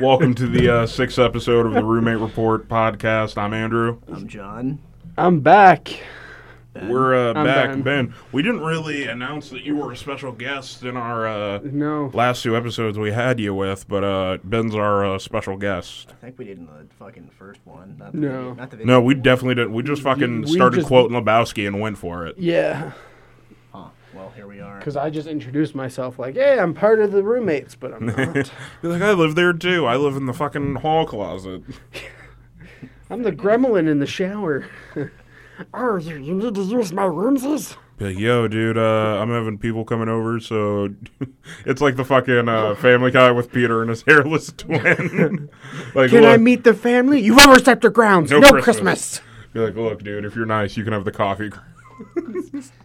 Welcome to the uh, sixth episode of the Roommate Report podcast. I'm Andrew. I'm John. I'm back. We're uh, I'm back, Ben. Ben. We didn't really announce that you were a special guest in our uh, No. last two episodes we had you with, but uh, Ben's our uh, special guest. I think we did in the fucking first one. Not the No. Video, not the video. No, we definitely didn't. We just fucking we started just- quoting Lebowski and went for it. Yeah, Huh. Well, here we are. because I just introduced myself like, hey, I'm part of the roommates, but I'm not. You're like, I live there too. I live in the fucking hall closet. I'm the gremlin in the shower. oh, you, you need to use my roomsies? Be like, yo, dude, uh, I'm having people coming over, so it's like the fucking uh, Family Guy with Peter and his hairless twin. like, Can I look- meet the family? You've overstepped your grounds. No No, Christmas. Christmas. Be like, look, dude, if you're nice, you can have the coffee.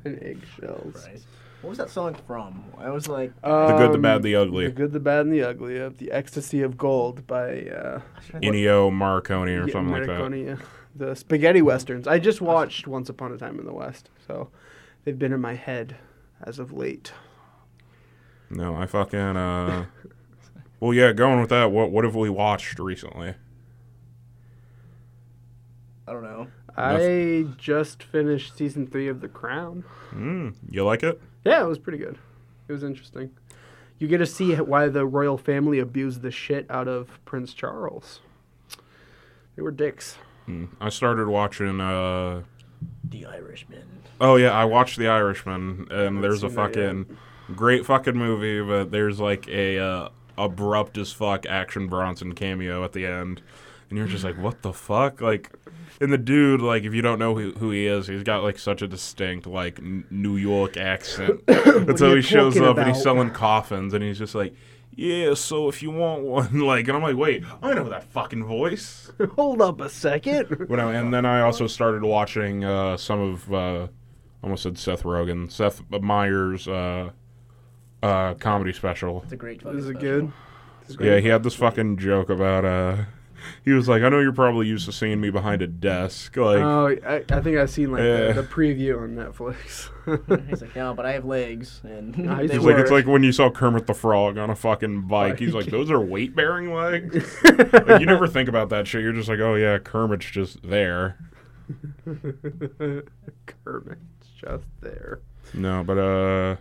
And eggshells. Right. What was that song from? I was like, The good, the Um, bad, the The ugly. good, the bad, and the ugly of the ecstasy of gold by uh, Ennio Marconi or yeah, something like that. Marconi, uh, the spaghetti westerns. I just watched Once Upon a Time in the West, so they've been in my head as of late. No, I fucking. Uh, well, yeah, going with that. What what have we watched recently? I don't know. I just finished season three of The Crown. Mm, you like it? Yeah, it was pretty good. It was interesting. You get to see why the royal family abused the shit out of Prince Charles. They were dicks. Mm. I started watching. Uh, The Irishman. Oh yeah, I watched The Irishman, and there's a seen that fucking great fucking movie, but there's like a uh, abrupt as fuck action Bronson cameo at the end, and you're just like, what the fuck? Like, and the dude, like, if you don't know who, who he is, he's got like such a distinct like N- New York accent, and What so are he you shows talking up and he's about? selling coffins, and he's just like. Yeah, so if you want one, like, and I'm like, wait, I know that fucking voice. Hold up a second. When I, and then I also started watching uh, some of, uh, almost said Seth Rogen, Seth Meyers' uh, uh, comedy special. It's a great fucking Is it special. good? Yeah, he had this fucking joke about. Uh, he was like, "I know you're probably used to seeing me behind a desk, like, Oh, I, I think I've seen like Yeah. the, the preview on Netflix. He's like, no, but I have legs, and Nice. they it's He's like work. it's like when you saw Kermit the Frog on a fucking bike. He's like, those are weight bearing legs. like, you never think about that shit. You're just like, oh yeah, Kermit's just there. Kermit's just there. No, but uh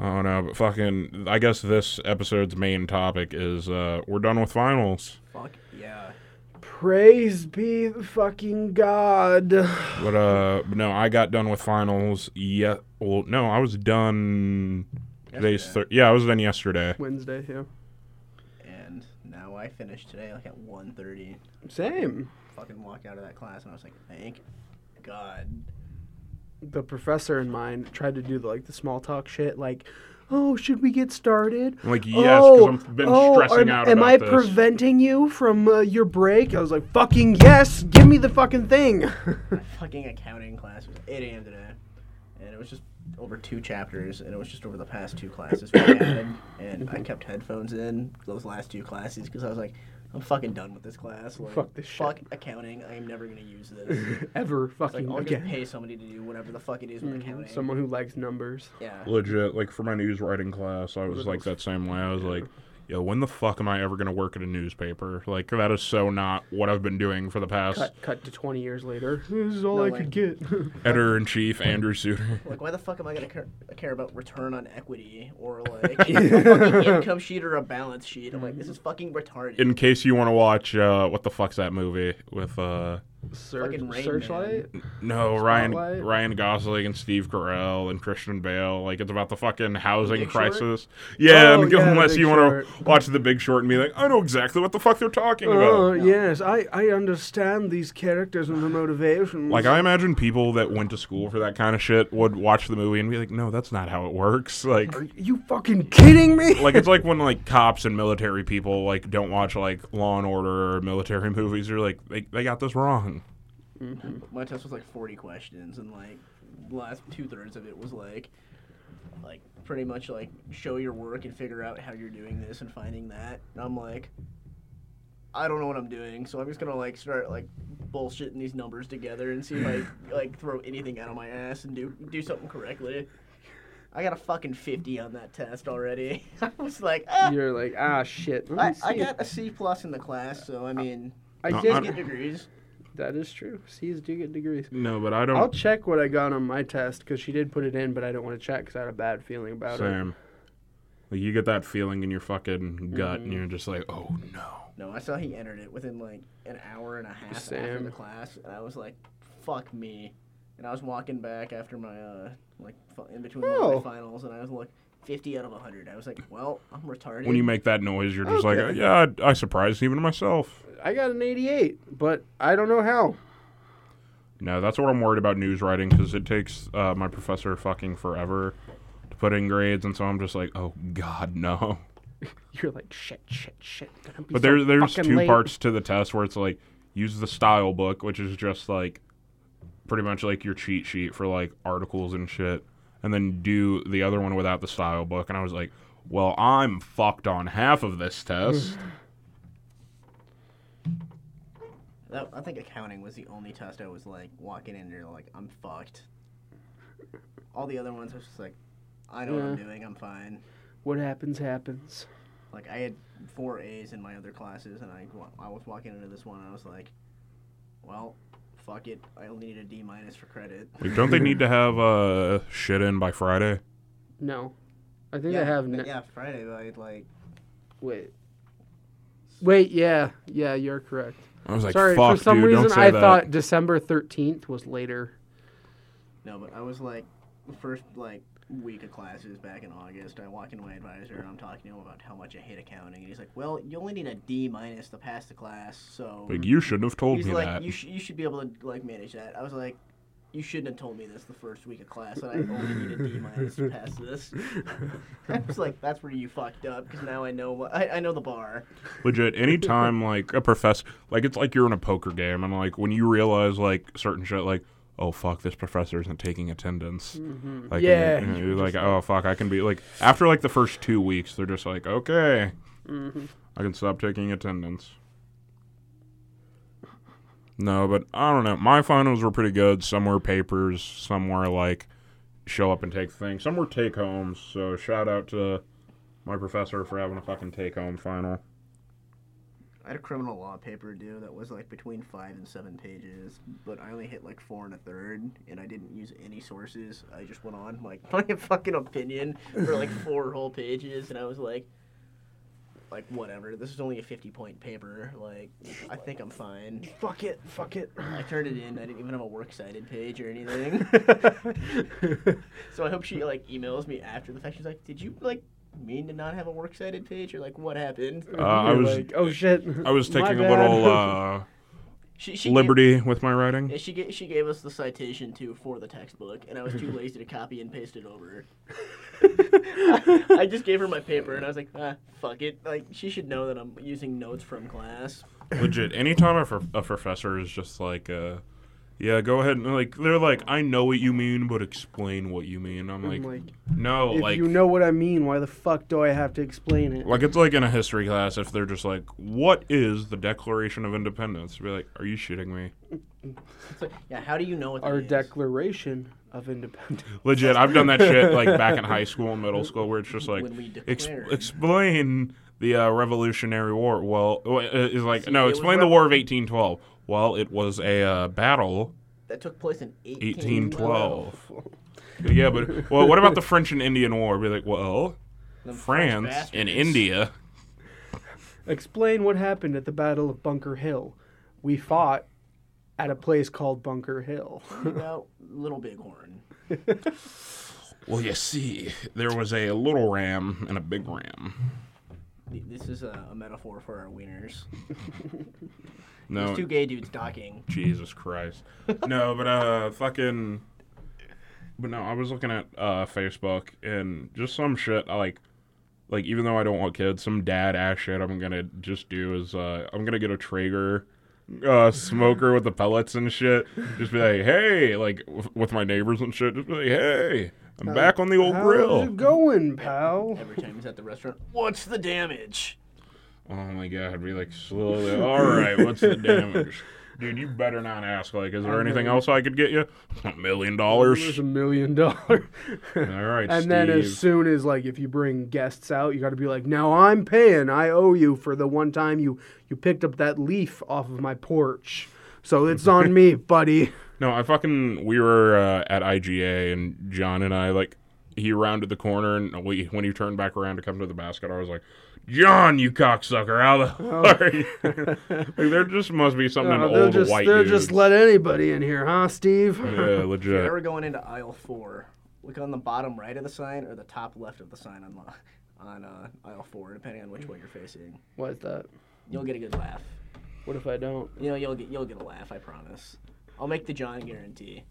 I don't know, but fucking I guess this episode's main topic is uh we're done with finals. Fuck yeah. Praise be the fucking God. But uh but no, I got done with finals yet well no, I was done today's Yesterday. thir- yeah, I was done yesterday. Wednesday, yeah. And now I finished today like at 1.30. Same. Fucking walked out of that class, and I was like, thank God. the professor in mine tried to do like the small talk shit, like, "Oh, should we get started?" I'm like, yes, 'cause I'm- been stressing Oh, am, out Am about I this." preventing you from uh, your break? I was like, "Fucking yes! Give me the fucking thing." My fucking accounting class was 8 a.m. today, and it was just over two chapters, and it was just over the past two classes we had, and Mhm. I kept headphones in those last two classes because I was like, I'm fucking done with this class. Like, Fuck this shit. Fuck accounting. I am never gonna use this. Ever Like, fucking I'll just again. Mhm. pay somebody to do whatever the fuck it is with accounting. Someone who likes numbers. yeah. Legit, like for my news writing class, I was like that same way. I was like, yo, when the fuck am I ever gonna work at a newspaper? Like that is so not what I've been doing for the past Cut, cut to 20 years later. This is all No, I like- could get. editor in chief, Andrew Suter. Like, why the fuck am I gonna care, care about return on equity or like a fucking income sheet or a balance sheet? I'm like, this is fucking retarded. in case you want to watch uh, what the fuck's that movie with uh Search, Rain Man. searchlight. no Ryan Spotlight? Ryan Gosling and Steve Carell and Christian Bale like it's about the fucking housing Big Short? crisis yeah Oh, and- yeah, The unless Big you want to Short. watch The Big Short and be like I know exactly what the fuck they're talking Oh about yes, I, I understand these characters and their motivations. like I imagine people that went to school for that kind of shit would watch the movie and be like no that's not how it works like Are you fucking kidding me? like it's like when like cops and military people like don't watch like Law and Order or military movies they're like they, they got this wrong my test was like 40 questions and like the last two thirds of it was like like pretty much like show your work and figure out how you're doing this and finding that and i'm like i don't know what i'm doing so i'm just gonna like start like bullshitting these numbers together and see if i like throw anything out of my ass and do do something correctly I got a fucking 50 on that test already. I was like, ah, You're like, ah, shit. let me I, I see. got a C plus in the class, so I mean, I No, did I get don't- get, degrees. that is true. C's do get degrees. No, but I I'll don't. check what I got on my test because she did put it in, but I don't want to check because I had a bad feeling about it. Sam, like you get that feeling in your fucking gut, and Mhm. you're just like, oh no. No, I saw he entered it within like an hour and a half after Same. the class, and I was like, fuck me. And I was walking back after my uh like fi- in between one of Oh. my finals, and I was like 50 out of 100. I was like, well, I'm retarded. When you make that noise, you're just like, Okay. yeah, I, I surprised even myself. I got an 88, but I don't know how. No, that's what I'm worried about news writing because it takes uh, my professor fucking forever to put in grades, and so I'm just like, oh god, no. You're like, shit, shit, shit. gonna be But so there, there's fucking two late. parts to the test where it's like use the style book, which is just like pretty much like your cheat sheet for like articles and shit, and then do the other one without the style book. And I was like, well, I'm fucked on half of this test. That, I think accounting was the only test I was like walking in there like I'm fucked. All the other ones I was just like, I know what I'm Yeah. doing. I'm fine. What happens, happens. Like I had four A's in my other classes, and I wa- I was walking into this one, and I was like, well, fuck it. I only need a D minus for credit. like, don't they need to have uh, shit in by Friday? No. I think I have. but Ne- yeah, Friday, but I'd, like Wait. Wait, yeah. Yeah, you're correct. I was like, Sorry, fuck, for some dude, reason don't say I that. thought December 13th was later. no, but I was like the first like week of classes back in August. I walk into my advisor, and I'm talking to him about how much I hate accounting, and he's like, well, you only need a D minus to pass the class, so. like, you shouldn't have told He's me like, that. you, sh- you should be able to like manage that. I was like, you shouldn't have told me this the first week of class, and I only need a D minus to pass this. I was like, that's where you fucked up because now I know what I, I know the bar. Legit, anytime like a professor, like it's like you're in a poker game, and like when you realize like certain shit, like oh fuck, this professor isn't taking attendance. Like, Yeah, and- and you you're just like oh fuck, I can be like after like the first two weeks, they're just like okay, Mhm. I can stop taking attendance. No, but I don't know. My finals were pretty good. Some were papers, some were like show up and take things, some were take homes. So shout out to my professor for having a fucking take home final. I had a criminal law paper due that was like between five and seven pages, but I only hit like four and a third, and I didn't use any sources. I just went on like my fucking opinion for like four whole pages, and I was like, like whatever. This is only a fifty point paper. Like I think I'm fine. Fuck it, fuck it. I turned it in. I didn't even have a works cited page or anything. so I hope she like emails me after the fact. She's like, "Did you like mean to not have a works cited page or like what happened?" Uh, I You're was- like, oh shit. I was My taking a bad." little uh, She, she gave- liberty with my writing. yeah, she gave, she gave us the citation too for the textbook, and I was too lazy to copy and paste it over. uh, I, I just gave her my paper, and I was like, ah, fuck it. Like she should know that I'm using notes from class. Legit, anytime a, prof- a professor is just like, uh, yeah, go ahead and like, they're like, I know what you mean, but explain what you mean. I'm like, I'm like, no, if like, you know what I mean, why the fuck do I have to explain it? like it's like in a history class if they're just like, what is the Declaration of Independence? I'd be like, are you shitting me? It's like, yeah, how do you know what that Our is? Declaration of Independence. Legit, I've done that shit like back in high school and middle school where it's just like, When we ex- declared. explain the uh, Revolutionary War. Well, uh, is like, See, it no, was explain the rev- War of 1812. Well, it was a uh, battle. that took place in 1812. 1812. Yeah, but well, what about the French and Indian War? Be like, well, Them French France and bastards. India. Explain what happened at the Battle of Bunker Hill. We fought at a place called Bunker Hill. About Little Bighorn. Well, you see, there was a little ram and a big ram. Th- This is a, a metaphor for our wieners. No, These two gay dudes docking. Jesus Christ. no, but uh, fucking. But no, I was looking at uh Facebook and just some shit. I like, like even though I don't want kids, some dad ass shit I'm gonna just do is uh I'm gonna get a Traeger. Uh, smoker with the pellets and shit. Just be like, hey, like w- with my neighbors and shit. Just be like, hey, I'm back on the old How's grill. it going, pal? Every time he's at the restaurant, what's the damage? Oh my god, be like slowly. All right, what's the damage? Dude, you better not ask. Like, is there I anything know. else I could get you? A million dollars. There's a million dollars. All right, and Steve. then as soon as like if you bring guests out, you got to be like, now I'm paying. I owe you for the one time you you picked up that leaf off of my porch. So it's on me, buddy. No, I fucking we were uh, at IGA and John and I like he rounded the corner and we when he turned back around to come to the basket, I was like, John, you cocksucker, how the fuck are you? like, there just must be something Uh, in they'll old Oh. just white they'll dudes. just let anybody in here, huh, Steve? yeah, Now legit. we're going into aisle four. Look on the bottom right of the sign or the top left of the sign on lo- on uh, aisle four, depending on which way you're facing. Why is that? You'll get a good laugh. What if I don't? You know, you'll get you'll get a laugh. I promise. I'll make the John guarantee.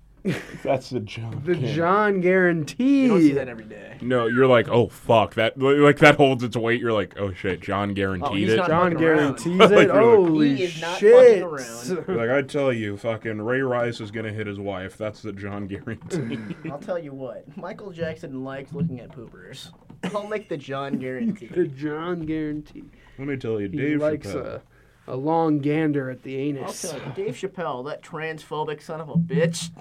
That's the John. The John guarantee. You don't see that every day. No, you're like, oh fuck, that like that holds its weight. You're like, oh shit, John Oh, guaranteed he's it. not- John fucking around. guarantees Like, it. really. Holy He is not shit! fucking You're like I tell you, fucking Ray Rice is gonna hit his wife. That's the John guarantee. I'll tell you what. Michael Jackson likes looking at poopers. I'll make the John The guarantee. John guarantee. Let me tell you, He Dave likes uh, Chappelle. a a long gander at the I'll anus. tell you, Dave Chappelle, that transphobic son of a bitch.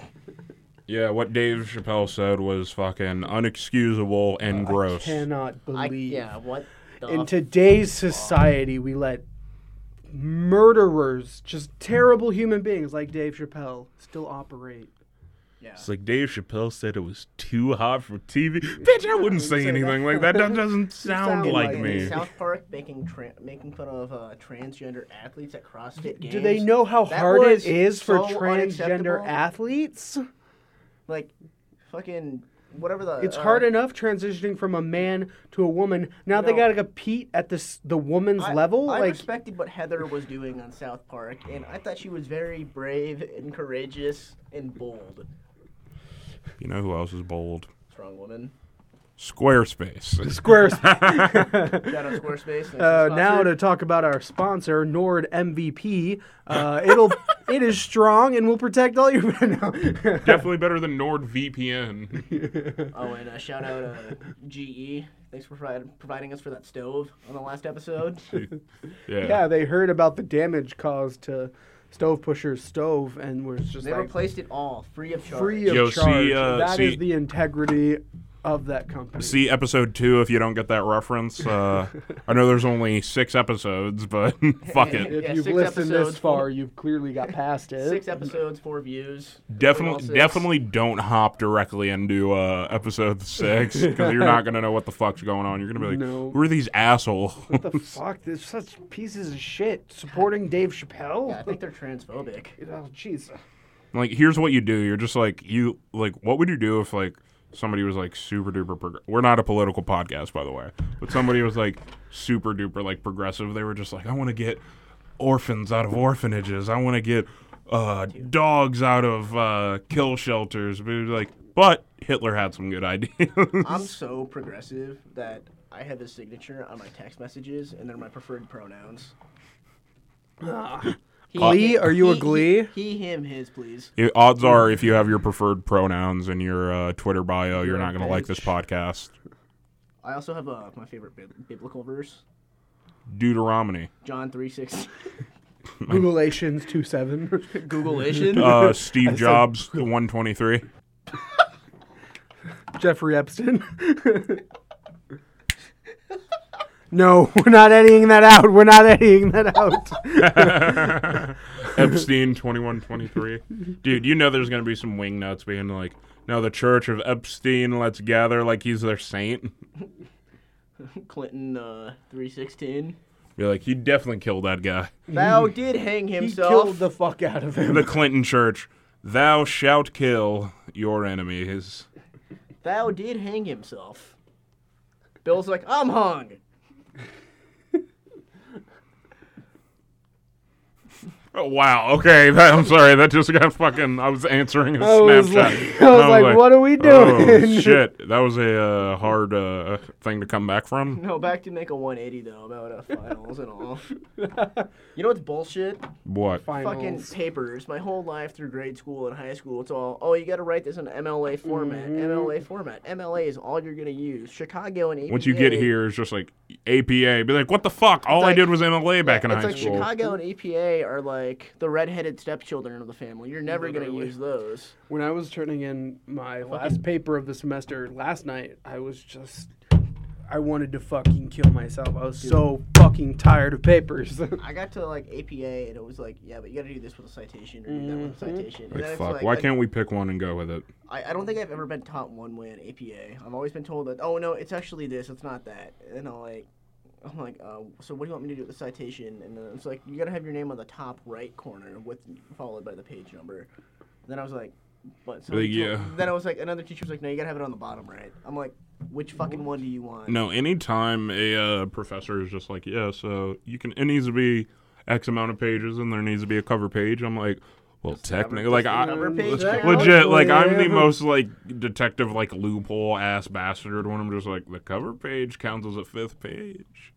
Yeah, what Dave Chappelle said was fucking unexcusable and gross. Cannot I, believe. yeah, what the In today's society, we let murderers, just terrible human beings like Dave Chappelle, still operate. yeah. It's like Dave Chappelle said it was too hot for TV. Bitch, I wouldn't say anything like that. That doesn't sound sound like like me. South Park making tra- making fun of uh, transgender athletes at CrossFit games. Do they know how That hard it was is for so transgender unacceptable. athletes? Like, fucking whatever the. It's uh, hard enough transitioning from a man to a woman. Now they know- gotta compete at this the woman's I- level. I like respected what Heather was doing on South Park, and I thought she was very brave and courageous and bold. You know who else is bold? Strong woman. Squarespace. squares. Shout out Squarespace. thanks for Uh, now sponsoring. to talk about our sponsor, Nord MVP. Uh, it'll it is strong and will protect all your. No. Definitely better than NordVPN. Oh, and uh, shout out uh, GE. Thanks for provi- providing us for that stove on the last episode. Yeah. Yeah, they heard about the damage caused to stove pusher's stove and was just They like replaced it all free of charge. free of Yo, see, charge. uh, That is see- the integrity of that company. See episode two if you don't get that reference. Uh, I know there's only six episodes, but fuck it. if yeah, you've six listened this episodes, far, you've clearly got past it. Six episodes, four views. All Definitely, six. definitely don't hop directly into uh, episode six because you're not gonna know what the fuck's going on. You're gonna be like, No. "Who are these assholes?" What the fuck? There's such pieces of shit supporting Dave Chappelle. Yeah, I think they're transphobic. oh, jeez. like, here's what you do. You're just like you like. What would you do if like somebody was like super duper? Prog- We're not a political podcast, by the way, but somebody was like super duper like progressive. They were just like, "I want to get orphans out of orphanages. I want to get uh, dogs out of uh, kill shelters." But it was like, but Hitler had some good ideas. I'm so progressive that I have his signature on my text messages, and they're my preferred pronouns. He- Glee? Are you a he- Glee? He, him, his, please. Yeah, odds are, if you have your preferred pronouns in your uh, Twitter bio, you're not going to like this podcast. I also have uh, my favorite bib- biblical verse, Deuteronomy. John three six. Googleations 2 7. Googleation. Uh, Steve Jobs, 123. Jeffrey Epstein. no, we're not editing that out. We're not editing that out. Epstein, 2123. Dude, you know there's going to be some wingnuts being like, no, the church of Epstein, let's gather like he's their saint. Clinton uh, three sixteen. You're like, he definitely killed that guy. Thou did hang he himself. killed the fuck out of him. The Clinton church, thou shalt kill your enemies. Thou did hang himself. Bill's like, I'm hung. Oh, wow. Okay. That, I'm sorry. That just got fucking. I was answering a I was Snapchat. like- I was I'm like, "What are we doing?" Oh, shit. That was a uh, hard uh, thing to come back from. No, back to make a 180 though about uh, finals and all. You know what's bullshit? What? Fucking Finals. papers. My whole life through grade school and high school, it's all, oh, you got to write this in MLA format. Mm-hmm. MLA format. MLA is all you're gonna use. Chicago and E APA. Once you get here, it's just like APA. Be like, what the fuck? All I like- did was MLA back in it's high like school. Chicago and APA are like like the redheaded stepchildren of the family. You're never gonna Literally. use those. When I was turning in my last paper of the semester last night, I was just. I wanted to fucking kill myself. I was so fucking tired of papers. I got to like APA and it was like, yeah, but you gotta do this with a citation or do that with a citation. And Mm-hmm. Like, then it's fuck. like- Why like, can't we pick one and go with it? I, I don't think I've ever been taught one way on APA. I've always been told that, oh no, it's actually this, it's not that. And I'm like, I'm like, uh, so what do you want me to do with the citation? And then it's like, you gotta have your name on the top right corner with followed by the page number. then I was like, but so Like, yeah. yeah. Then I was like, another teacher was like, no, you gotta have it on the bottom right. I'm like, which fucking one do you want? No, anytime a uh, professor is just like, yeah, so you can, it needs to be X amount of pages and there needs to be a cover page. I'm like, well, technically, like, I, cover page legit, count? like, I'm Yeah. the most, like, detective, like, loophole ass bastard when I'm just like, the cover page counts as a fifth page.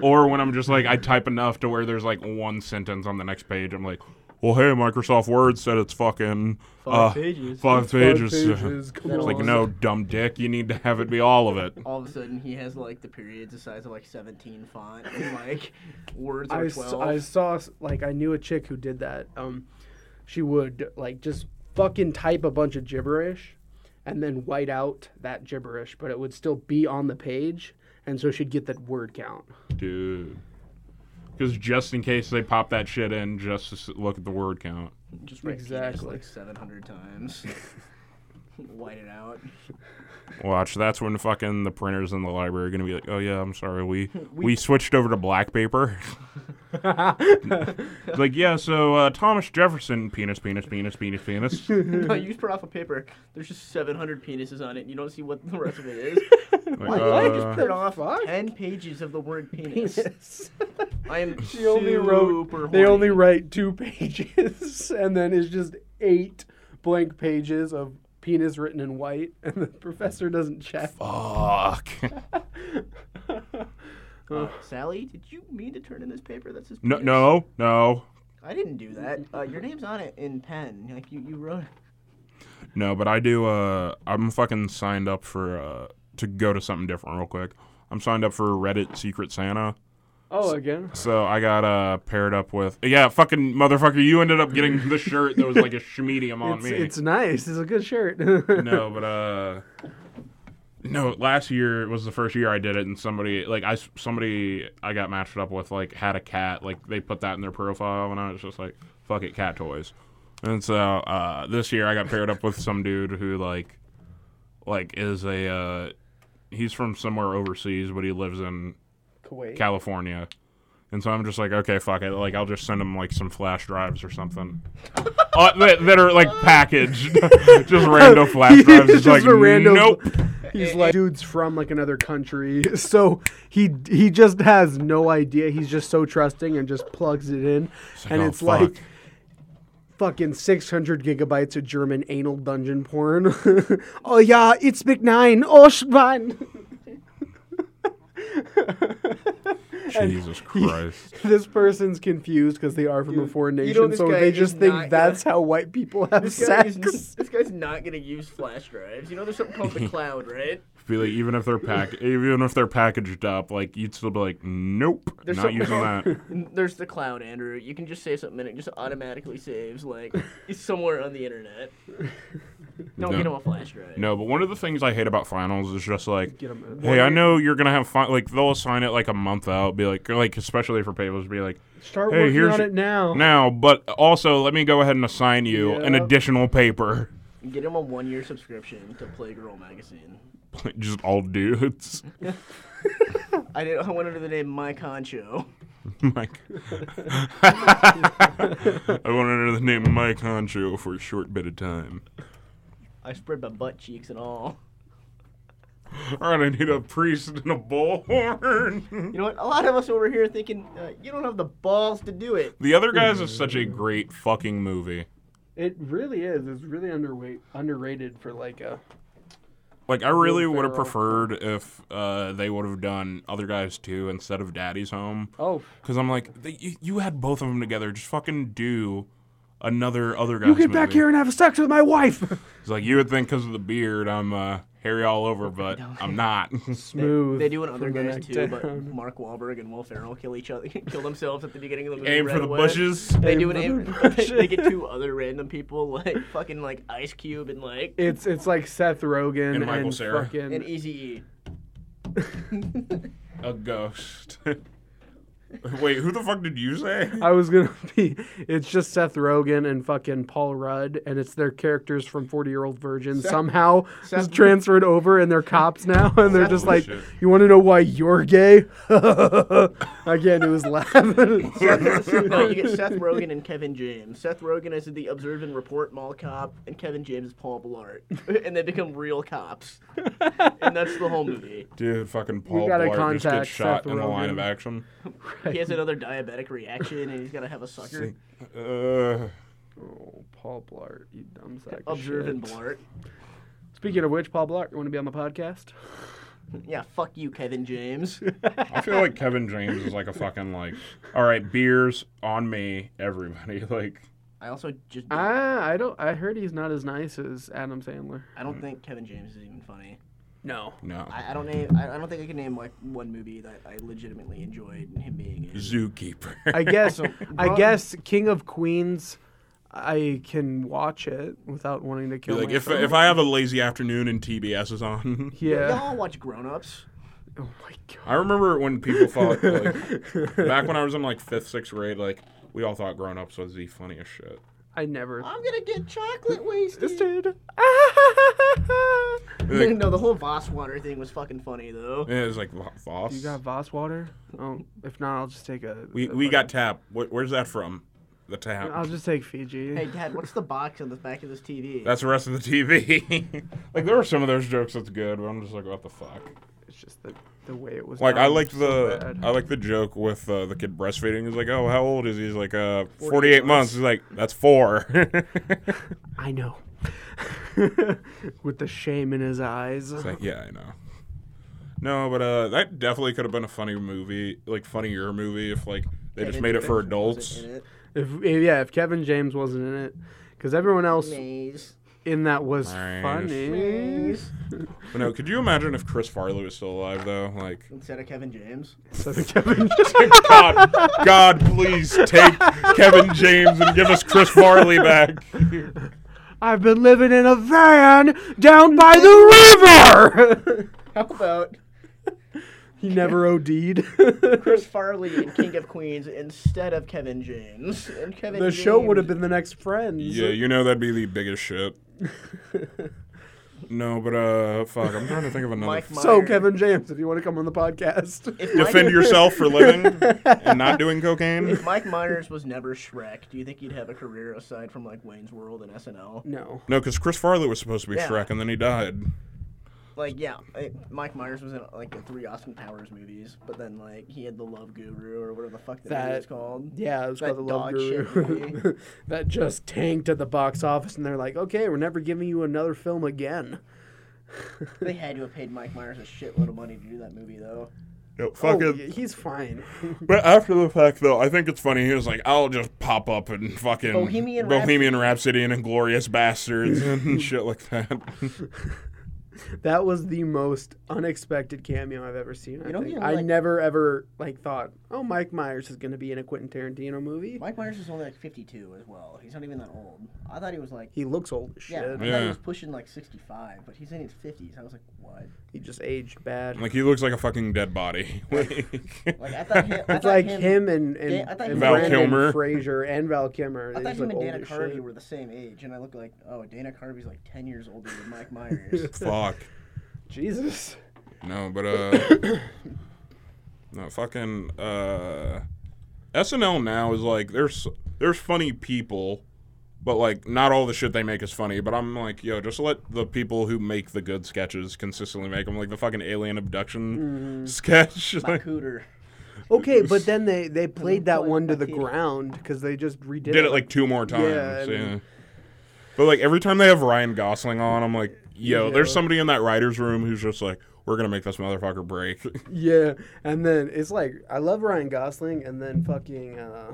or when I'm just like, I type enough to where there's, like, one sentence on the next page. I'm like, well, hey, Microsoft Word said it's fucking Five uh, pages. Five pages. Come It's like, on. no, dumb dick, you need to have it be all of it. All of a sudden, he has like the periods the size of like 17 font and like words I, are s- 12. I saw s- like I knew a chick who did that. Um, she would like just fucking type a bunch of gibberish, and then white out that gibberish, but it would still be on the page, and so she'd get that word count. Dude. Because just in case they pop that shit in, just to s- look at the word count. Just write penis, Exactly. like 700 times. White it out. Watch, that's when fucking the printers in the library are gonna be like, "Oh yeah, I'm sorry, we we, switched over to black paper." It's like, yeah, so uh, Thomas Jefferson, penis, penis, penis, penis, penis. no, you just put off a paper. There's just 700 penises on it. And you don't see what the rest of it is. Like, Like, I just uh, put off Fuck. 10 pages of the word penis. I am She only super wrote. They horny. only write two pages, and then it's just eight blank pages of penis written in white, and the professor doesn't check. Fuck. Uh, Sally, did you mean to turn in this paper that says No, penis? no, no, I didn't do that. Uh, your name's on it in pen. Like, you, you wrote no. But I do. Uh, I'm fucking signed up for uh, to go to something different real quick. I'm signed up for Reddit Secret Santa. Oh, again. So I got uh, paired up with yeah, fucking motherfucker. You ended up getting the shirt that was like a schmedium on It's, me. it's nice. It's a good shirt. No, but uh, no. Last year was the first year I did it, and somebody like I s- somebody I got matched up with like had a cat. Like they put that in their profile, and I was just like, fuck it, cat toys. And so uh, this year I got paired up with some dude who like like is a uh, he's from somewhere overseas, but he lives in Kuwait. California. And so I'm just like, okay, fuck it. Like, I'll just send him like some flash drives or something uh, that, that are like packaged, just random flash drives. It's Just like, a random- nope. He's like, dude's from like another country, so he he just has no idea. He's just so trusting and just plugs it in, like, and "Oh, it's fuck." like fucking six hundred gigabytes of German anal dungeon porn. oh yeah, it's McNine. Oh Schwein. Jesus Christ. This person's confused because they are from a foreign you nation, know this so guy they is just think not- that's how white people have This guy sex. is n- this guy's not gonna use flash drives. You know, there's something called the cloud, right? Be like, even if they're pack, even if they're packaged up, like you'd still be like, nope, There's not something using called- that. N- There's the cloud, Andrew. You can just save something and it just automatically saves, like, it's somewhere on the internet. Don't No. get him a flash drive. No, but one of the things I hate about finals is just like, Get 'em in. hey, I know you're gonna have fun. Like they'll assign it like a month out. Be like, like especially for papers, be like, Start Hey, working here's on your- it now. now, but also let me go ahead and assign you an Oh. Yeah. additional paper. Get him a one year subscription to Playgirl magazine. Just all dudes. I did. I went under the name My Concho. Mike. I went under the name Mike Honcho for a short bit of time. I spread my butt cheeks and all. All right, I need a priest and a bullhorn. You know what? A lot of us over here thinking uh, you don't have the balls to do it. the Other Guys is such a great fucking movie. It really is. It's really underweight, underrated for like a. Like, I really would have Ferrell. preferred if uh, they would have done Other Guys 2 instead of Daddy's Home. Oh, Because I'm like, they, you, you had both of them together. Just fucking do another other guy's You get back movie. here and have sex with my wife. It's like you would think because of the beard, I'm uh, hairy all over, but I'm not. Smooth. They do in other from the guys neck too, but down. Mark Wahlberg and Will Ferrell kill each other, kill themselves at the beginning of the movie. Aim for right the away. bushes. They Aim do an for aim. the they- they get two other random people like fucking like Ice Cube and like It's it's like Seth Rogen And and, Michael Cera. fucking and Easy E. A ghost. Wait, who the fuck did you say? I was gonna be. It's just Seth Rogen and fucking Paul Rudd, and it's their characters from Forty Year Old Virgin somehow just transferred over, and they're cops now, and they're just Holy like, shit. "You want to know why you're gay?" Again, it was laughing. no, you get Seth Rogen and Kevin James. Seth Rogen is the Observe and Report mall cop, and Kevin James is Paul Blart, and they become real cops, and that's the whole movie. Dude, fucking Paul gotta Blart just contact gets shot Seth in the line Rogen. of action. He has another diabetic reaction, and he's gotta have a sucker. Uh, oh, Paul Blart, you dumb sack. of Observe and shit. Blart. Speaking of which, Paul Blart, you want to be on the podcast? Yeah, fuck you, Kevin James. I feel like Kevin James is like a fucking like, all right, beers on me, everybody. Like, I also just don't- Ah, I don't. I heard he's not as nice as Adam Sandler. I don't think Kevin James is even funny. No. no. I, I don't name. I, I don't think I can name like one movie that I legitimately enjoyed him being in. Zookeeper. I guess I Ron- guess King of Queens I can watch it without wanting to kill like if myself. if I have a lazy afternoon and TBS is on. yeah. Y'all watch Grown Ups. Oh my god. I remember when people thought like, back when I was in like fifth, sixth grade, like we all thought Grown Ups was the funniest shit. I never I'm gonna get chocolate wasted. existed. Like- no, the whole Voss water thing was fucking funny though. Yeah, it was like "Vo- Voss. you got Voss water? Oh, if not, I'll just take a. we a we fucking- got tap. Wh- where's that from? The tap. I'll just take Fiji. Hey Dad, what's the box on the back of this TV? That's the rest of the TV. like there were some of those jokes that's good, but I'm just like, what the fuck? Um, It's just the, the way it was. Like done I was like so the bad. I like the joke with uh, the kid breastfeeding. He's like, oh, how old is he? He's like, uh, 48 months. He's like, that's four. I know. With the shame in his eyes. It's like, yeah, I know. No, but uh, that definitely could have been a funny movie, like funnier movie, if like they just Kevin made it for James wasn't adults. in it. If, if- yeah, if Kevin James wasn't in it, because everyone else Maze. in that was Nice. funny. But no, could you imagine if Chris Farley was still alive though? Like, Instead of Kevin James. So the Kevin God, God, please take Kevin James and give us Chris Farley back. I've been living in a van down by the river. How about he never OD'd. Chris Farley in King of Queens instead of Kevin James? And Kevin the show would have James- been the next Friends. Yeah, you know that'd be the biggest shit. No, but uh, fuck, I'm trying to think of another. Mike f- Myers. So Kevin James, if you want to come on the podcast, If Mike- Defend yourself for living and not doing cocaine. If Mike Myers was never Shrek, do you think he'd have a career aside from like Wayne's World and SNL? no. No, because Chris Farley was supposed to be Yeah. Shrek, and then he died. Like, yeah, I- Mike Myers was in like the three Austin Powers movies, but then like he had the Love Guru or whatever the fuck that, movie That- was called. Yeah, it was That called the Love dog shit Guru. movie. that just tanked at the box office, and they're like, "Okay, we're never giving you another film again." They had to have paid Mike Myers a shitload of money to do that movie though. No, fucking. Oh, he's fine. But after the fact, though, I think it's funny. He was like, "I'll just pop up and fucking Bohemian Bohemian Rhapsody and Inglorious Bastards and shit like that." That was the most unexpected cameo I've ever seen. I, You know, think. yeah, I like- never ever like thought, oh, Mike Myers is going to be in a Quentin Tarantino movie. Mike Myers is only like 52 as well. He's not even that old. I thought he was like He looks old as yeah, I shit. thought Yeah. he was pushing like 65, but he's in his 50s. I was like, what? He just aged bad. like he looks like a fucking dead body. Like I thought him. I thought it's like him, and, and, Dan- I thought and Val Brandon Kilmer. Fraser and Val Kilmer. I They thought just him look and old Dana as Carvey shit. were the same age, and I look like, oh, Dana Carvey's like 10 years older than Mike Myers. Fuck. Jesus. No, but uh, no fucking uh, SNL now is like there's there's funny people, but like not all the shit they make is funny. But I'm like, yo, just let the people who make the good sketches consistently make them. Like the fucking alien abduction sketch. Mm. My Like, cooter. Okay, but then they, they played that play one to the fucking- ground because they just redid did it like two more times. Yeah, Yeah, I mean- But like every time they have Ryan Gosling on, I'm like, yo, Yeah. there's somebody in that writer's room who's just like, we're gonna make this motherfucker break. Yeah, and then it's like I love Ryan Gosling, and then fucking uh,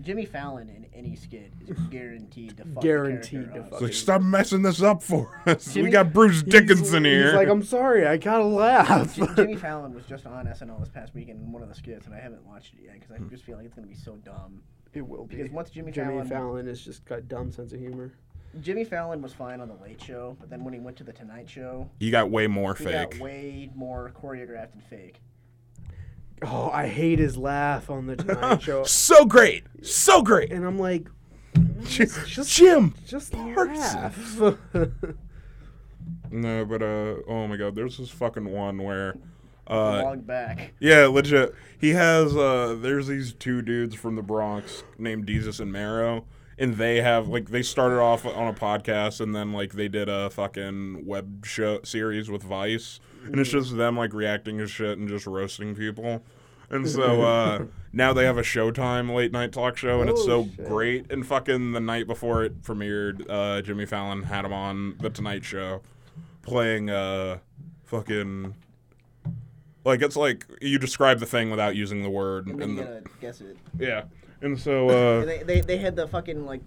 Jimmy Fallon in any skit is guaranteed to fuck the Guaranteed character to up. fuck It's like, stop messing this up for us. Jimmy- we got Bruce Dickinson He's- here. He's like, I'm sorry, I gotta laugh. J- Jimmy Fallon was just on SNL this past weekend in one of the skits, and I haven't watched it yet because Hmm. I just feel like it's gonna be so dumb. it will be. Because once Jimmy, Jimmy Fallon, Fallon has just got a dumb sense of humor. Jimmy Fallon was fine on the Late Show, but then when he went to the Tonight Show, he got way more he fake. got way more choreographed and fake. Oh, I hate his laugh on the Tonight Show. so great. So great. And I'm like, Just, Jim. just Parsons. laugh. No, but uh, oh my God, there's this fucking one where, Logged uh, back. yeah, legit. He has uh, there's these two dudes from the Bronx named Jesus and Marrow, and they have like they started off on a podcast, and then like they did a fucking web show series with Vice, and Mm-hmm. it's just them like reacting to shit and just roasting people. And so uh, now they have a Showtime late night talk show, and it's Oh, so shit. great. And fucking the night before it premiered, uh, Jimmy Fallon had him on the Tonight Show, playing uh, fucking like it's like you describe the thing without using the word. And then And you the, gotta guess it. yeah, and so uh, They, they, they had the fucking like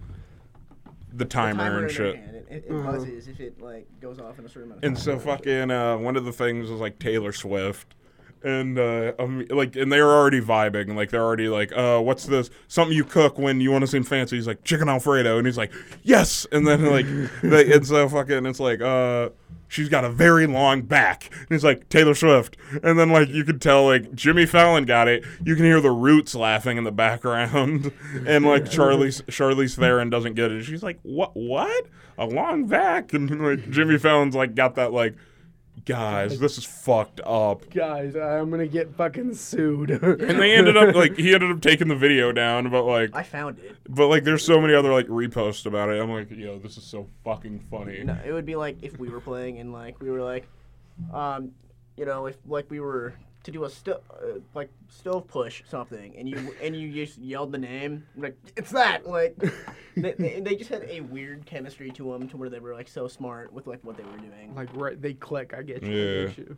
the timer, timer in and their shit. hand. It, it, it buzzes if it like goes off in a certain amount of time. And so fucking uh, one of the things was like Taylor Swift. And uh, um, like, and they were already vibing. Like, they're already like, uh, "What's this? Something you cook when you want to seem fancy?" He's like, "Chicken Alfredo," and he's like, "Yes." And then like, they, and so fucking, it's like, uh, she's got a very long back, and he's like, "Taylor Swift." And then like, you could tell like Jimmy Fallon got it. You can hear the Roots laughing in the background, and like Charlize Charlize Theron doesn't get it. She's like, "What? What? A long back?" And like Jimmy Fallon's like got that like, guys, this is fucked up. Guys, I'm gonna get fucking sued. And they ended up like he ended up taking the video down, but like I found it. but like there's so many other like reposts about it. I'm like, yo, this is so fucking funny. No, it would be like if we were playing and like we were like, um, you know, if like we were to do a sto- uh, like stove push something, and you and you just yelled the name like it's that like. They, they, they just had a weird chemistry to them to where they were like so smart with like what they were doing. like right, they click. I get you. I Yeah. get you.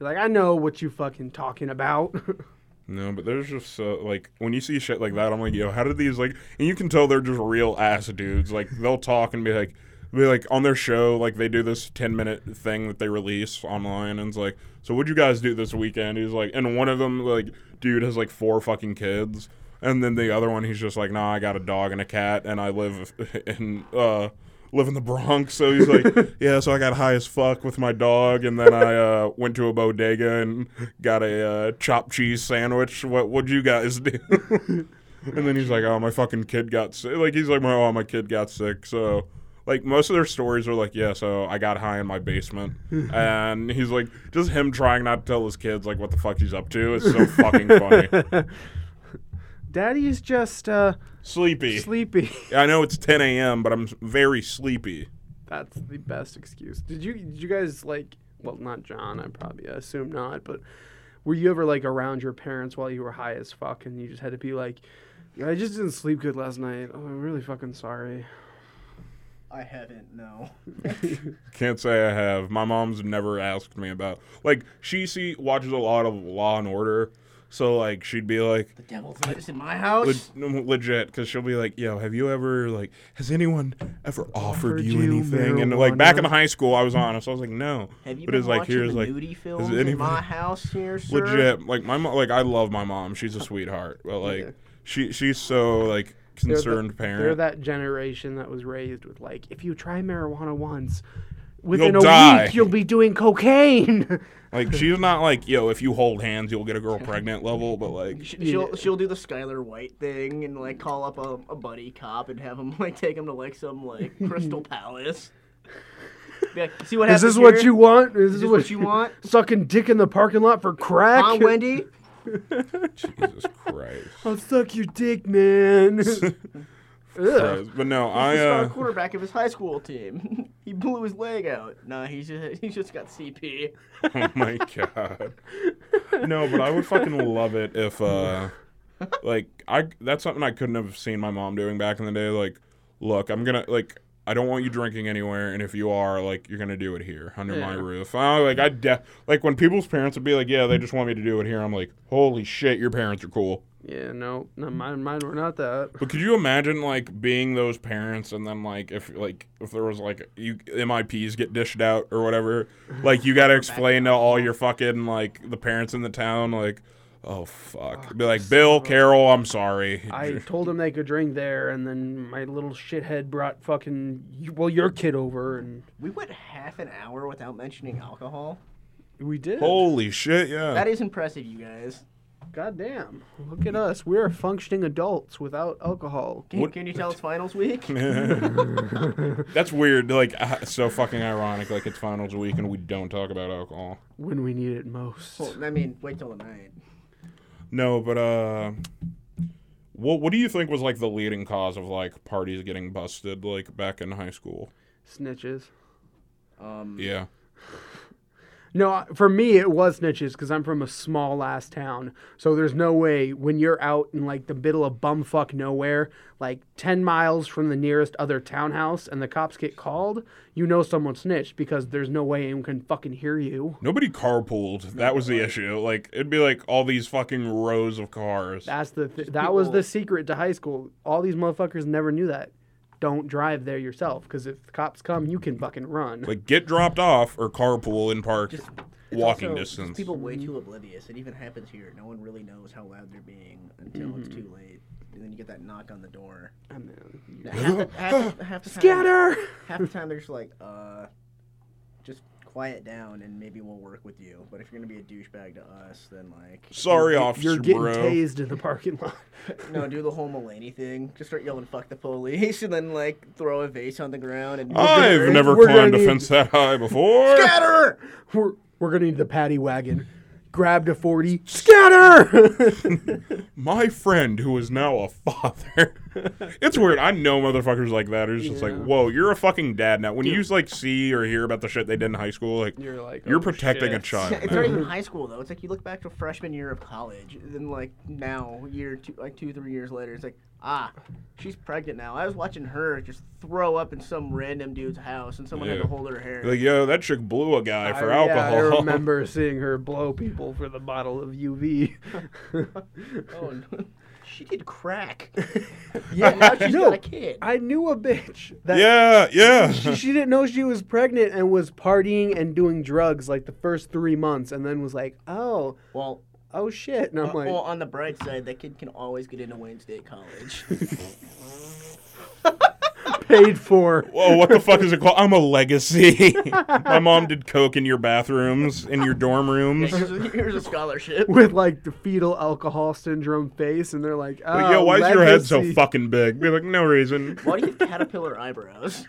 You're like, I know what you fucking talking about. No, but there's just so like when you see shit like that, I'm like, yo, how did these like? And you can tell they're just real ass dudes. Like they'll talk and be like, be like on their show, like they do this 10 minute thing that they release online, and it's like, so what'd you guys do this weekend? He's like, and one of them like dude has like four fucking kids, and then the other one he's just like, nah, I got a dog and a cat, and I live in uh live in the Bronx. So he's like, yeah, so I got high as fuck with my dog, and then I uh, went to a bodega and got a uh, chopped cheese sandwich. What would you guys do? and then he's like, oh, my fucking kid got sick. Like he's like, my oh, my kid got sick. So. Like most of their stories are like, yeah, so I got high in my basement, and he's like, just him trying not to tell his kids like what the fuck he's up to is so fucking funny. Daddy's just uh, Sleepy. sleepy. I know it's 10 a.m., but I'm very sleepy. That's the best excuse. Did you did you guys like well not John, I probably I assume not, but were you ever like around your parents while you were high as fuck and you just had to be like I just didn't sleep good last night. Oh, I'm really fucking sorry. I haven't no. Can't say I have. My mom's never asked me about. Like she see watches a lot of Law and Order, so like she'd be like The devil's lettuce in my house. leg- no, legit because she'll be like, "Yo, have you ever like has anyone ever offered, Offered you, you anything?" And like back in marijuana? high school, I was honest. I was like, "No," Have you but been it's watching like here's the like nudie films in anyone- my house here, sir? legit like my mom like I love my mom. She's a sweetheart, but like Yeah. she she's so like the- concerned They're parent. that generation that was raised with like if you try marijuana once within a die. week you'll be doing cocaine. like she's not like yo, if you hold hands, you'll get a girl pregnant level, but like Sh- She'll she'll do the Skylar White thing and like call up a, a buddy cop and have him like take him to like some like Crystal Palace. Be like, See what Is happens. this what here? you want? Is, Is this what you want? Sucking dick in the parking lot for crack? Huh, Wendy? Jesus Christ. I'll suck your dick, man. Ugh. Christ. But no, I He's the star uh, quarterback of his high school team. he blew his leg out. Nah, he's just, he's just got CP. oh my god. No, but I would fucking love it if uh like I that's something I couldn't have seen my mom doing back in the day like look, I'm going to like I don't want you drinking anywhere, and if you are, like, you're gonna do it here under my Yeah. roof. I, like I de- like when people's parents would be like, yeah, they just want me to do it here. I'm like, holy shit, your parents are cool. Yeah, no, no, mine, mine were not that. But could you imagine like being those parents and then like if like if there was like you MIPs get dished out or whatever, like you gotta explain to all your fucking like the parents in the town like, oh fuck, be like Bill Carol, I'm sorry. I told them they could drink there, and then my little shithead brought fucking well your kid over, and We went half an hour without mentioning alcohol. we did. Holy shit, yeah. That is impressive, you guys. Goddamn! Look at us. We are functioning adults without alcohol. Can, What- can you tell it's finals week? That's weird. Like uh, so fucking ironic. Like it's finals week and we don't talk about alcohol. When we need it most. well, I mean, wait till the night. No, but uh, what what do you think was like the leading cause of like parties getting busted like back in high school? Snitches. Um, Yeah. No, I- for me it was snitches because I'm from a small ass town. So there's no way when you're out in like the middle of bumfuck nowhere, like ten miles from the nearest other townhouse, and the cops get called, you know someone snitched because there's no way anyone can fucking hear you. Nobody carpooled. That was the issue. Like it'd be like all these fucking rows of cars. That's the th- that was people- the secret to high school. All these motherfuckers never knew that. Don't drive there yourself because if the cops come, you can fucking run. Like get dropped off or carpool and park Just- It's walking also- it's distance. People way too oblivious. It even happens here. No one really knows how loud they're being until it's too late, and then you get that knock on the door. And then you- Half the, half the, half the time, Scatter. Half the time they're just like, uh, just quiet down, and maybe we'll work with you. But if you're gonna be a douchebag to us, then like, Sorry, officer You're getting bro. tased in the parking lot. no, do the whole Mulaney thing. Just start yelling "fuck the police" and then like throw a vase on the ground and I've never We're gonna climbed a need- fence that high before. scatter. We're we're gonna need the paddy wagon. Grabbed a forty. Scatter. My friend, who is now a father, it's weird. I know motherfuckers like that. It's just like, Yeah. whoa, you're a fucking dad now. When you like see or hear about the shit they did in high school, like You're like, you're "Oh, protecting a shit." child. It's now. not even high school though. It's like you look back to freshman year of college, and then like now, year two, like two, three years later, it's like ah, she's pregnant now. I was watching her just throw up in some random dude's house, and someone had Yeah. to hold her hair. Like, yo, that chick blew a guy for I, yeah, alcohol. I remember seeing her blow people for the bottle of UV. oh, no. she did crack. yeah, now she's No. got a kid. I knew a bitch that yeah, yeah. she, she didn't know she was pregnant and was partying and doing drugs like the first three months, and then was like, "Oh, Well, oh shit," and I'm Uh, like, well, on the bright side, that kid can always get into Wayne State College. "Paid for." Whoa, what the fuck is it called? I'm a legacy. My mom did coke in your bathrooms, in your dorm rooms. here's, a, here's a scholarship. With like the fetal alcohol syndrome face, and they're like, "Oh, Like, yo, why is your head so legacy." fucking big? Be like, no reason. Why do you have caterpillar eyebrows?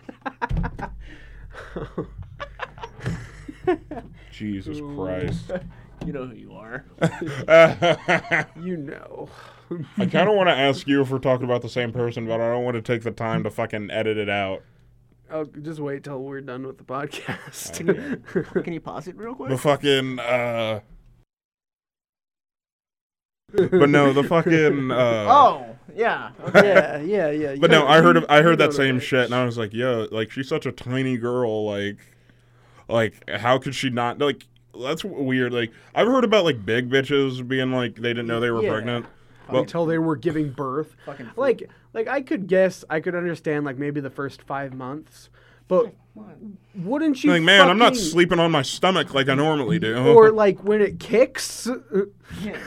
Jesus Christ. You know who you are. I You know, kind of want to ask you if we're talking about the same person, but I don't want to take the time to fucking edit it out. I'll Oh, just wait till we're done with the podcast. Can you pause it real quick? The fucking, uh. But no, the fucking. Uh, Oh, yeah. Okay. yeah, yeah, yeah. you But no, know, I heard you- I you heard know that the same right. shit, and I was like, "Yo, like she's such a tiny girl. Like, like how could she not? Like, that's w- weird. Like, I've heard about like big bitches being like they didn't know they were Yeah. pregnant. Well, until they were giving birth. Fucking freak. like, like I could guess, I could understand, like maybe the first five months, but wouldn't you? like man, I'm not fucking- sleeping on my stomach like I normally do. Or like when it kicks, Yeah.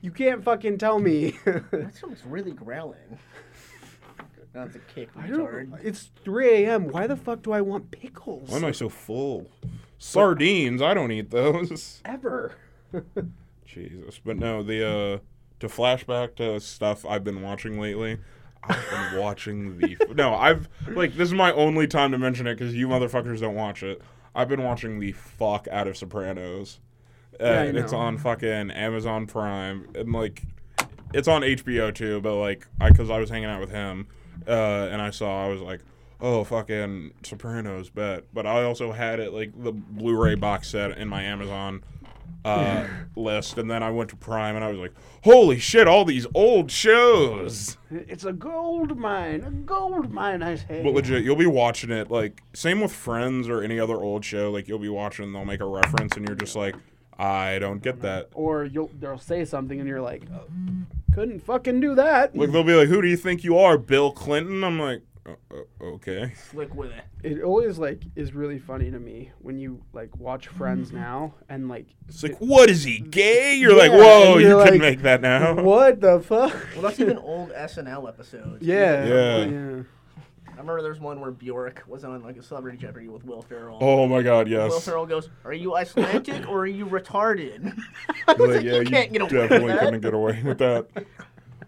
you can't fucking tell me. That sounds really growling. Not the kick, I don't- retard. it's 3 a.m. Why the fuck do I want pickles Why am I so full? Sardines? I don't eat those. ever? Jesus. But no, the uh to flashback to stuff I've been watching lately. I've been watching the No, I've like this is my only time to mention it cuz you motherfuckers don't watch it. I've been watching the fuck out of Sopranos. Uh, Yeah, I and it's know. on fucking Amazon Prime and like it's on HBO too, but like I cuz I was hanging out with him uh and I saw I was like Oh fucking Sopranos, bet. But I also had it like the Blu-ray box set in my Amazon uh, list, and then I went to Prime, and I was like, "Holy shit! All these old shows!" It's a gold mine, a gold mine, I say. But legit, you'll be watching it like same with Friends or any other old show. Like you'll be watching, and they'll make a reference, and you're just like, "I don't get that." or you'll they'll say something and you're like, oh, couldn't fucking do that. Like they'll be like, "Who do you think you are, Bill Clinton?" I'm like, "O- o- "Okay." Slick with it. It always like is really funny to me when you like watch Friends now and like, It's like, "What is he gay?" You're like, Yeah, "Whoa, and you you're can like, make that now." what the fuck? Well, that's even old SNL episodes. yeah, Yeah. I remember there's one where Bjork was on like a celebrity Jeopardy with Will Ferrell. Oh my God! Will Yes. Ferrell goes, "Are you Icelandic or are you retarded?" I You're was like, yeah, "You can't get away definitely with couldn't that." get away with that.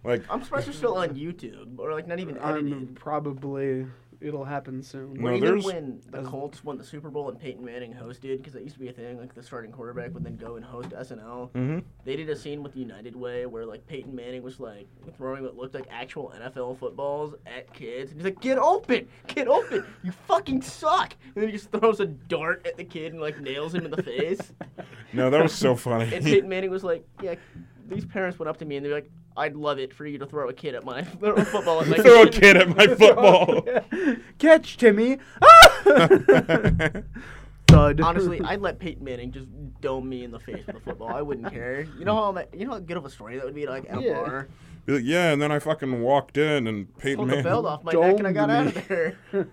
Like, I'm surprised they're still on YouTube or like not even edited. I'm probably it'll happen soon. No, Or even there's- when the Colts won the Super Bowl and Peyton Manning hosted, because that used to be a thing, like the starting quarterback would then go and host SNL. Mhm. They did a scene with United Way where like Peyton Manning was like throwing what looked like actual NFL footballs at kids, and he's like, "Get open, get open, you fucking suck!" And then he just throws a dart at the kid and like nails him in the face. no, that was so funny. And Peyton Manning was like, "Yeah, these parents went up to me and they're like." I'd love it for you to throw a kid at my throw a football at my Throw a kid at my football. Catch Timmy. Ah! Thud. Honestly, I'd let Peyton Manning just dome me in the face with a football. I wouldn't care. You know how ma- you know how good of a story that would be to, like at a Yeah. bar. Be like, yeah, and then I fucking walked in and Peyton Pulled the belt Manning. off my neck and I got Dome out me. of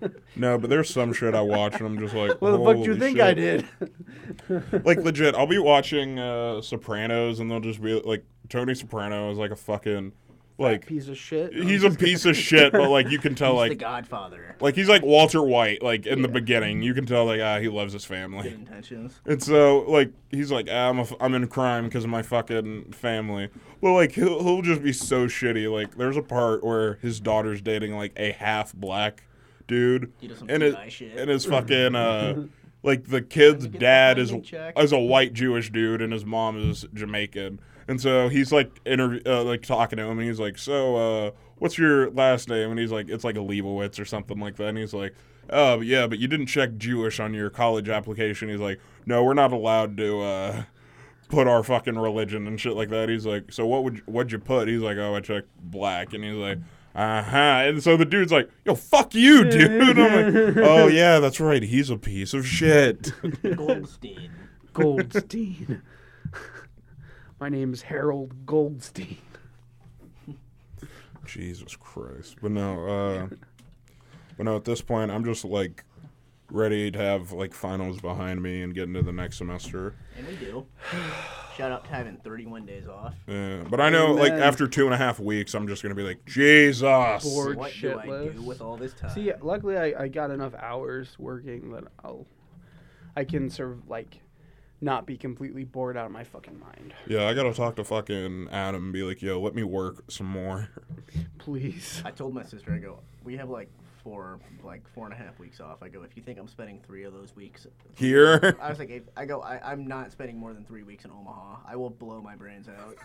there. No, but there's some shit I watch and I'm just like, what the fuck do you "Holy think shit." I did? Like legit, I'll be watching uh, Sopranos and they'll just be like, Tony Soprano is like a fucking, like Piece of shit. he's a piece of shit, but like you can tell the like. Godfather. Like he's like Walter White, like in the beginning, you can tell like ah he loves his Good family, intentions. and so like he's like ah, I'm a f- I'm in crime because of my fucking family, but like he'll he'll just be so shitty. Like there's a part where his daughter's dating like a half black dude, You do some and and it shit. and his fucking uh, like the kid's get the dad is finding check. is a white Jewish dude and his mom is Jamaican, and so he's like interview uh, like talking to him and he's like, so uh, what's your last name? And he's like, it's like a Leibowitz or something like that, and he's like. Oh but yeah, but you didn't check Jewish on your college application. He's like, no, we're not allowed to uh, put our fucking religion and shit like that. He's like, so what would you, what'd you put? He's like, oh, I checked black, and he's like, uh huh. And so the dude's like, yo, fuck you, dude. I'm like, oh yeah, that's right. He's a piece of shit. Goldstein. Goldstein. My name's Harold Goldstein. Jesus Christ. But no, uh, but no. At this point, I'm just like ready to have like finals behind me and get into the next semester. And we do. Shout out to having 31 days off. Yeah. Uh, But I know, like Amen. after two and a half weeks, I'm just gonna be like, Jesus. Bored what do I shitless. do with all this time? See, uh, luckily I, I got enough hours working that I'll I can sort of like not be completely bored out of my fucking mind. Yeah, I gotta talk to fucking Adam and be like, yo, let me work some more. Please. I told my sister, I go, we have like four, like four and a half weeks off. I go, if you think I'm spending three of those weeks Here. I was like, if- I go, I, I'm not spending more than three weeks in Omaha. I will blow my brains out.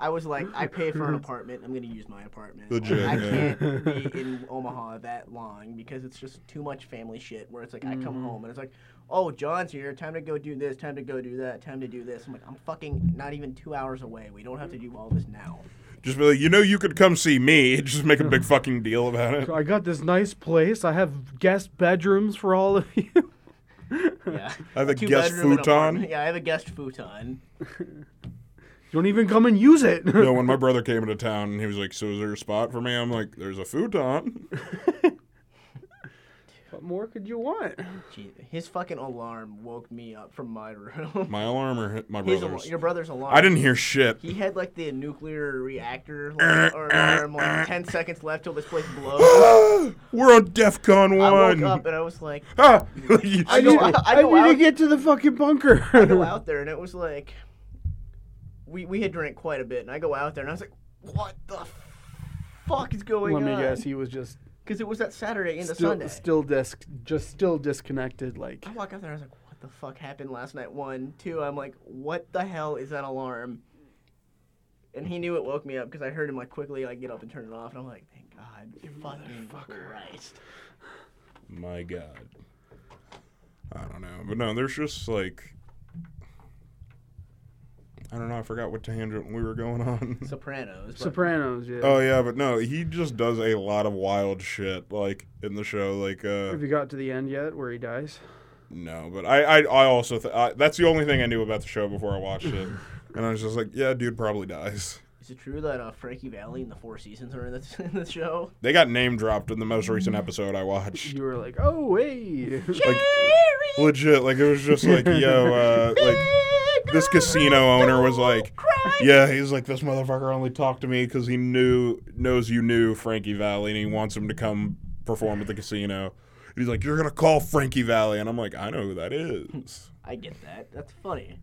I was like, I pay for an apartment. I'm going to use my apartment. Legit, I yeah. can't be in Omaha that long because it's just too much family shit where it's like, I come home and it's like, oh, John's here. Time to go do this. Time to go do that. Time to do this. I'm like, I'm fucking not even two hours away. We don't have to do all this now. Just be like, you know, you could come see me. Just make a big fucking deal about it. I got this nice place. I have guest bedrooms for all of you. Yeah. I have a Two guest bedroom and futon. apartment. Yeah, I have a guest futon. Don't even come and use it. You know, when my brother came into town and he was like, "So is there a spot for me?" I'm like, "There's a futon." What more could you want? Gee, his fucking alarm woke me up from my room. My alarm or hi- my His brother's. al- your brother's alarm. I didn't hear shit. He had like the nuclear reactor like, or alarm, like ten seconds left till this place blows. We're on DEFCON I woke one. up and I was like, Ah! You I just- go, I, I go need to out, get to the fucking bunker. I go out there and it was like, we we had drank quite a bit and I go out there and I was like, what the fuck is going Let on? me guess, he was just Because it was that Saturday into Sunday. still, still disc, just still disconnected. Like I walk out there and I was like, what the fuck happened last night? One, two. I'm like, what the hell is that alarm? And he knew it woke me up because I heard him like quickly like get up and turn it off and I'm like, thank God, fucking Christ. my God. I don't know, but no, there's just like I don't know. I forgot what tangent we were going on. Sopranos. but- Sopranos, yeah. Oh yeah, but no, he just does a lot of wild shit like in the show. Like uh Have you got to the end yet where he dies? no, but I I, I also th- I, that's the only thing I knew about the show before I watched it, and I was just like, yeah, dude probably dies. Is it true that uh, Frankie Valley and the Four Seasons are in the, in the show? They got name dropped in the most recent episode I watched. You were like, oh, hey. Like legit, like it was just like yo, uh, like this casino owner was like. Yeah, he's like this motherfucker only talked to me because he knew knows you knew Frankie Valley and he wants him to come perform at the casino. And he's like, you're gonna call Frankie Valley, and I'm like, I know who that is. I get that. That's funny.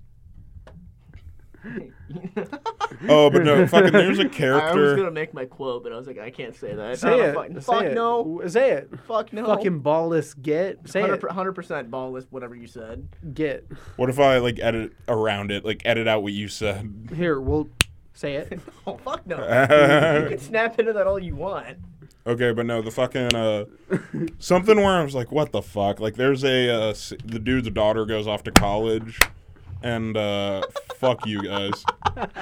oh, but no, fucking, there's a I was character. gonna make my quote, but I was like, I can't say that. Say I'm it. fucking- Say fuck it. no. W- Say it. Fuck no. Fucking ballless get. Say it. Hundred percent ballless. Whatever you said. Get. What if I like edit around it, like edit out what you said? Here, we'll say it. Oh fuck no. you okay, can snap into that all you want. but no, the fucking uh, something where I was like, what the fuck? Like, there's a uh, s- the dude's daughter goes off to college, and uh, fuck you guys.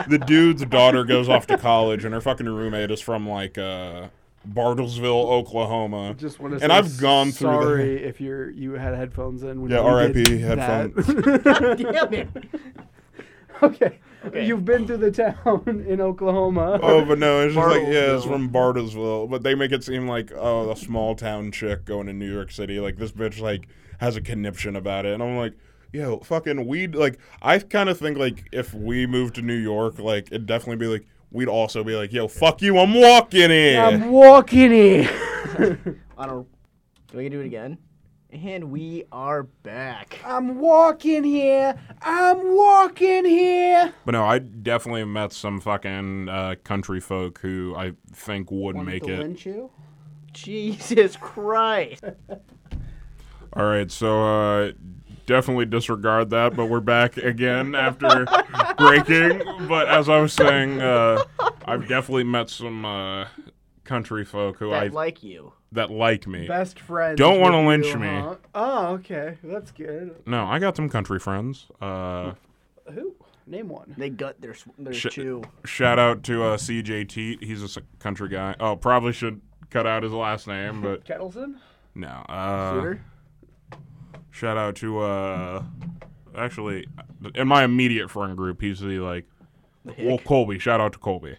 The dude's daughter goes off to college, and her fucking roommate is from like uh, Bartlesville, Oklahoma. Just want to. And I've gone through the- Sorry if you're you had headphones in. When Yeah, we R.I.P. did headphones. that. Damn it. okay. Okay. You've been to the town in Oklahoma. Oh, but no, it's just like yeah, it's Bartlesville. from Bartlesville, but they make it seem like oh, a small town chick going to New York City. Like this bitch like has a conniption about it, and I'm like, yo, fucking we'd like. I kind of think like if we moved to New York, like it'd definitely be like we'd also be like, yo, fuck you, I'm walking in. I'm walking in. I don't. Do I get to do it again? And we are back. I'm walking here. I'm walking here. but no, I definitely met some fucking uh, country folk who I think would Wanted make to it. lynch you? Jesus Christ. All right, so uh, definitely disregard that, but we're back again after breaking. But as I was saying, uh, I've definitely met some uh, country folk who That I like you. that like me. Best friend. Don't wanna lynch me. Oh, okay. That's good. No, I got some country friends. Uh, Who? Name one. They gut their sw- their Shit. chew. shout out to uh, CJ Teat. He's a s- country guy. Oh, probably should cut out his last name, but Kettleson? no. Uh, Shooter. shout out to uh, actually in my immediate friend group, he's the like The Well, hick. Colby. Shout out to Colby.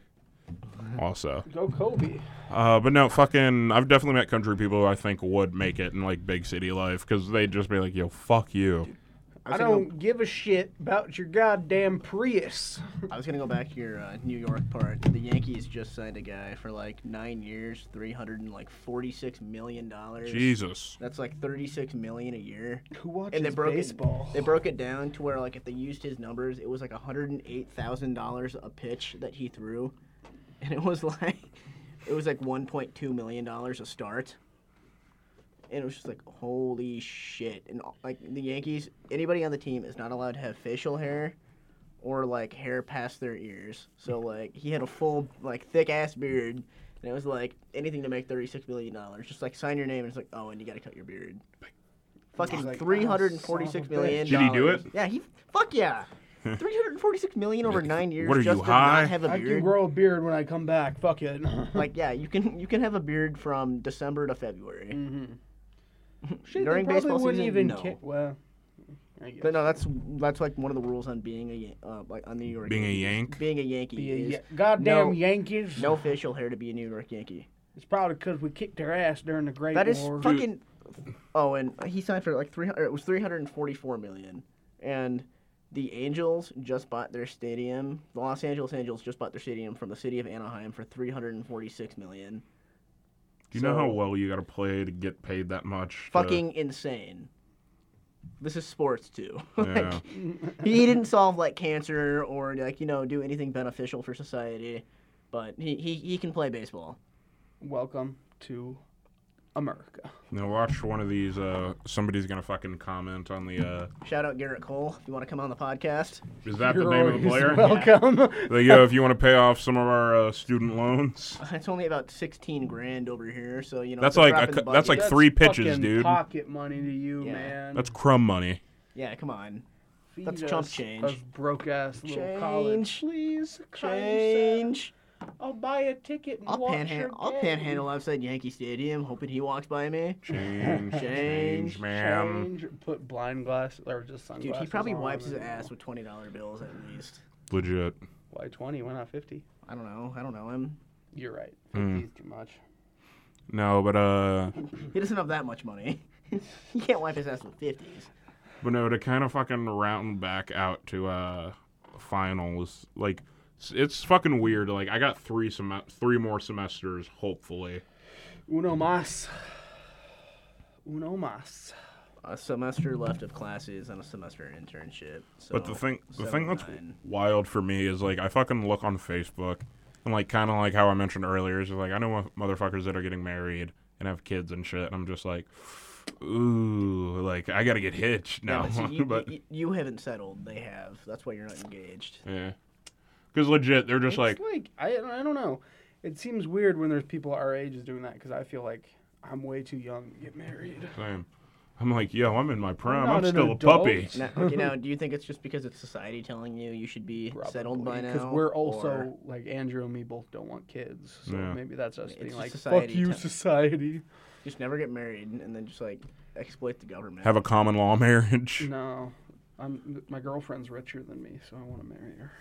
Also, Go Kobe. uh, but no, fucking, I've definitely met country people who I think would make it in like big city life because they'd just be like, "Yo, fuck you." I, I was gonna go- don't give a shit about your goddamn Prius. I was gonna go back to your uh, New York part. The Yankees just signed a guy for like nine years, three hundred and like forty-six million dollars. Jesus. That's like thirty-six million a year. Who watches And they broke baseball? It, they broke it down to where like if they used his numbers, it was like hundred and eight thousand dollars a pitch that he threw, and it was like it was like one point two million dollars a start. And it was just like holy shit! And like the Yankees, anybody on the team is not allowed to have facial hair or like hair past their ears. So Mm-hmm. like he had a full like thick ass beard. And it was like anything to make thirty-six million dollars. Just like sign your name, and it's like, oh, and you got to cut your beard. Fucking Like, three hundred and forty-six oh, million. son of a bitch. Did he do dollars. it? Yeah, he. Fuck yeah. Three hundred forty-six million over nine years. What are you, just to high? Not have a I can beard. grow a beard when I come back. Fuck it. Mm-hmm. Like yeah, you can you can have a beard from December to February. Mm. Shit, During they probably baseball wouldn't season, even no. ca- well, I guess. But no, that's that's like one of the rules on being a Yan- uh, like on the New York. Being a Yankees. Yank? Being a Yankee. Be a is Ya- goddamn no- Yankees. No facial hair to be a New York Yankee. It's probably because we kicked their ass during the Great That is War. fucking. Oh, and he signed for like three hundred. It was three hundred and forty-four million, and the Angels just bought their stadium. The Los Angeles Angels just bought their stadium from the city of Anaheim for three hundred and forty-six million. Do you know So- how well you got to play to get paid that much? to- Fucking insane. This is sports too. Yeah. like, he didn't solve like cancer or like you know do anything beneficial for society, but he he, he can play baseball. Welcome to America. Now watch one of these. Uh, somebody's gonna fucking comment on the. Uh, Shout out Garrett Cole if you want to come on the podcast. is that the You're name of the always player? Welcome. Like, yo, if you want to pay off some of our uh, student loans, It's only about sixteen grand over here, so you know That's it's a like drop a in cou- the that's bucket. like three pitches, fucking dude. Pocket money to you, Yeah. man. that's crumb money. Yeah, come on. That's feed chump us change. Of broke ass little Change. college. Please, Christ, Change. I'll buy a ticket and I'll watch panhandle. your I'll game. panhandle outside Yankee Stadium, hoping he walks by me. Change, Change, change, man. Change. Put blind glass or just sunglasses. Dude, he probably on wipes his and- ass with twenty dollar bills at least. Legit. Why twenty? Why not fifty? I don't know. I don't know him. You're right. Mm. 50 is too much. No, but uh, He doesn't have that much money. he can't wipe his ass with fifties. but no, to kind of fucking round back out to uh, finals. Like, s- it's fucking weird. Like, I got three sem- three more semesters, hopefully. Uno mas. Uno mas. A semester left of classes and a semester internship. So But the thing, the thing that's Oh, seven, nine. wild for me is like I fucking look on Facebook and like kind of like how I mentioned earlier is like I know mo- motherfuckers that are getting married and have kids and shit, and I'm just like, ooh, like I gotta get hitched Yeah, now. but see, you, but you, you haven't settled. They have. That's why you're not engaged. yeah, because legit, they're just like, It's like, I, I don't know. It seems weird when there's people our ages doing that because I feel like I'm way too young to get married. same. I'm like, yo, I'm in my prime. not I'm an still a adult. puppy. Now, you know, do you think it's just because it's society telling you you should be settled by now? because we're or- also like Andrew and me both don't want kids, so Yeah. maybe that's us It's being just like, "Fuck society you, te- society." Just never get married and then just like exploit the government. Have a common law marriage. No, I'm my girlfriend's richer than me, so I want to marry her.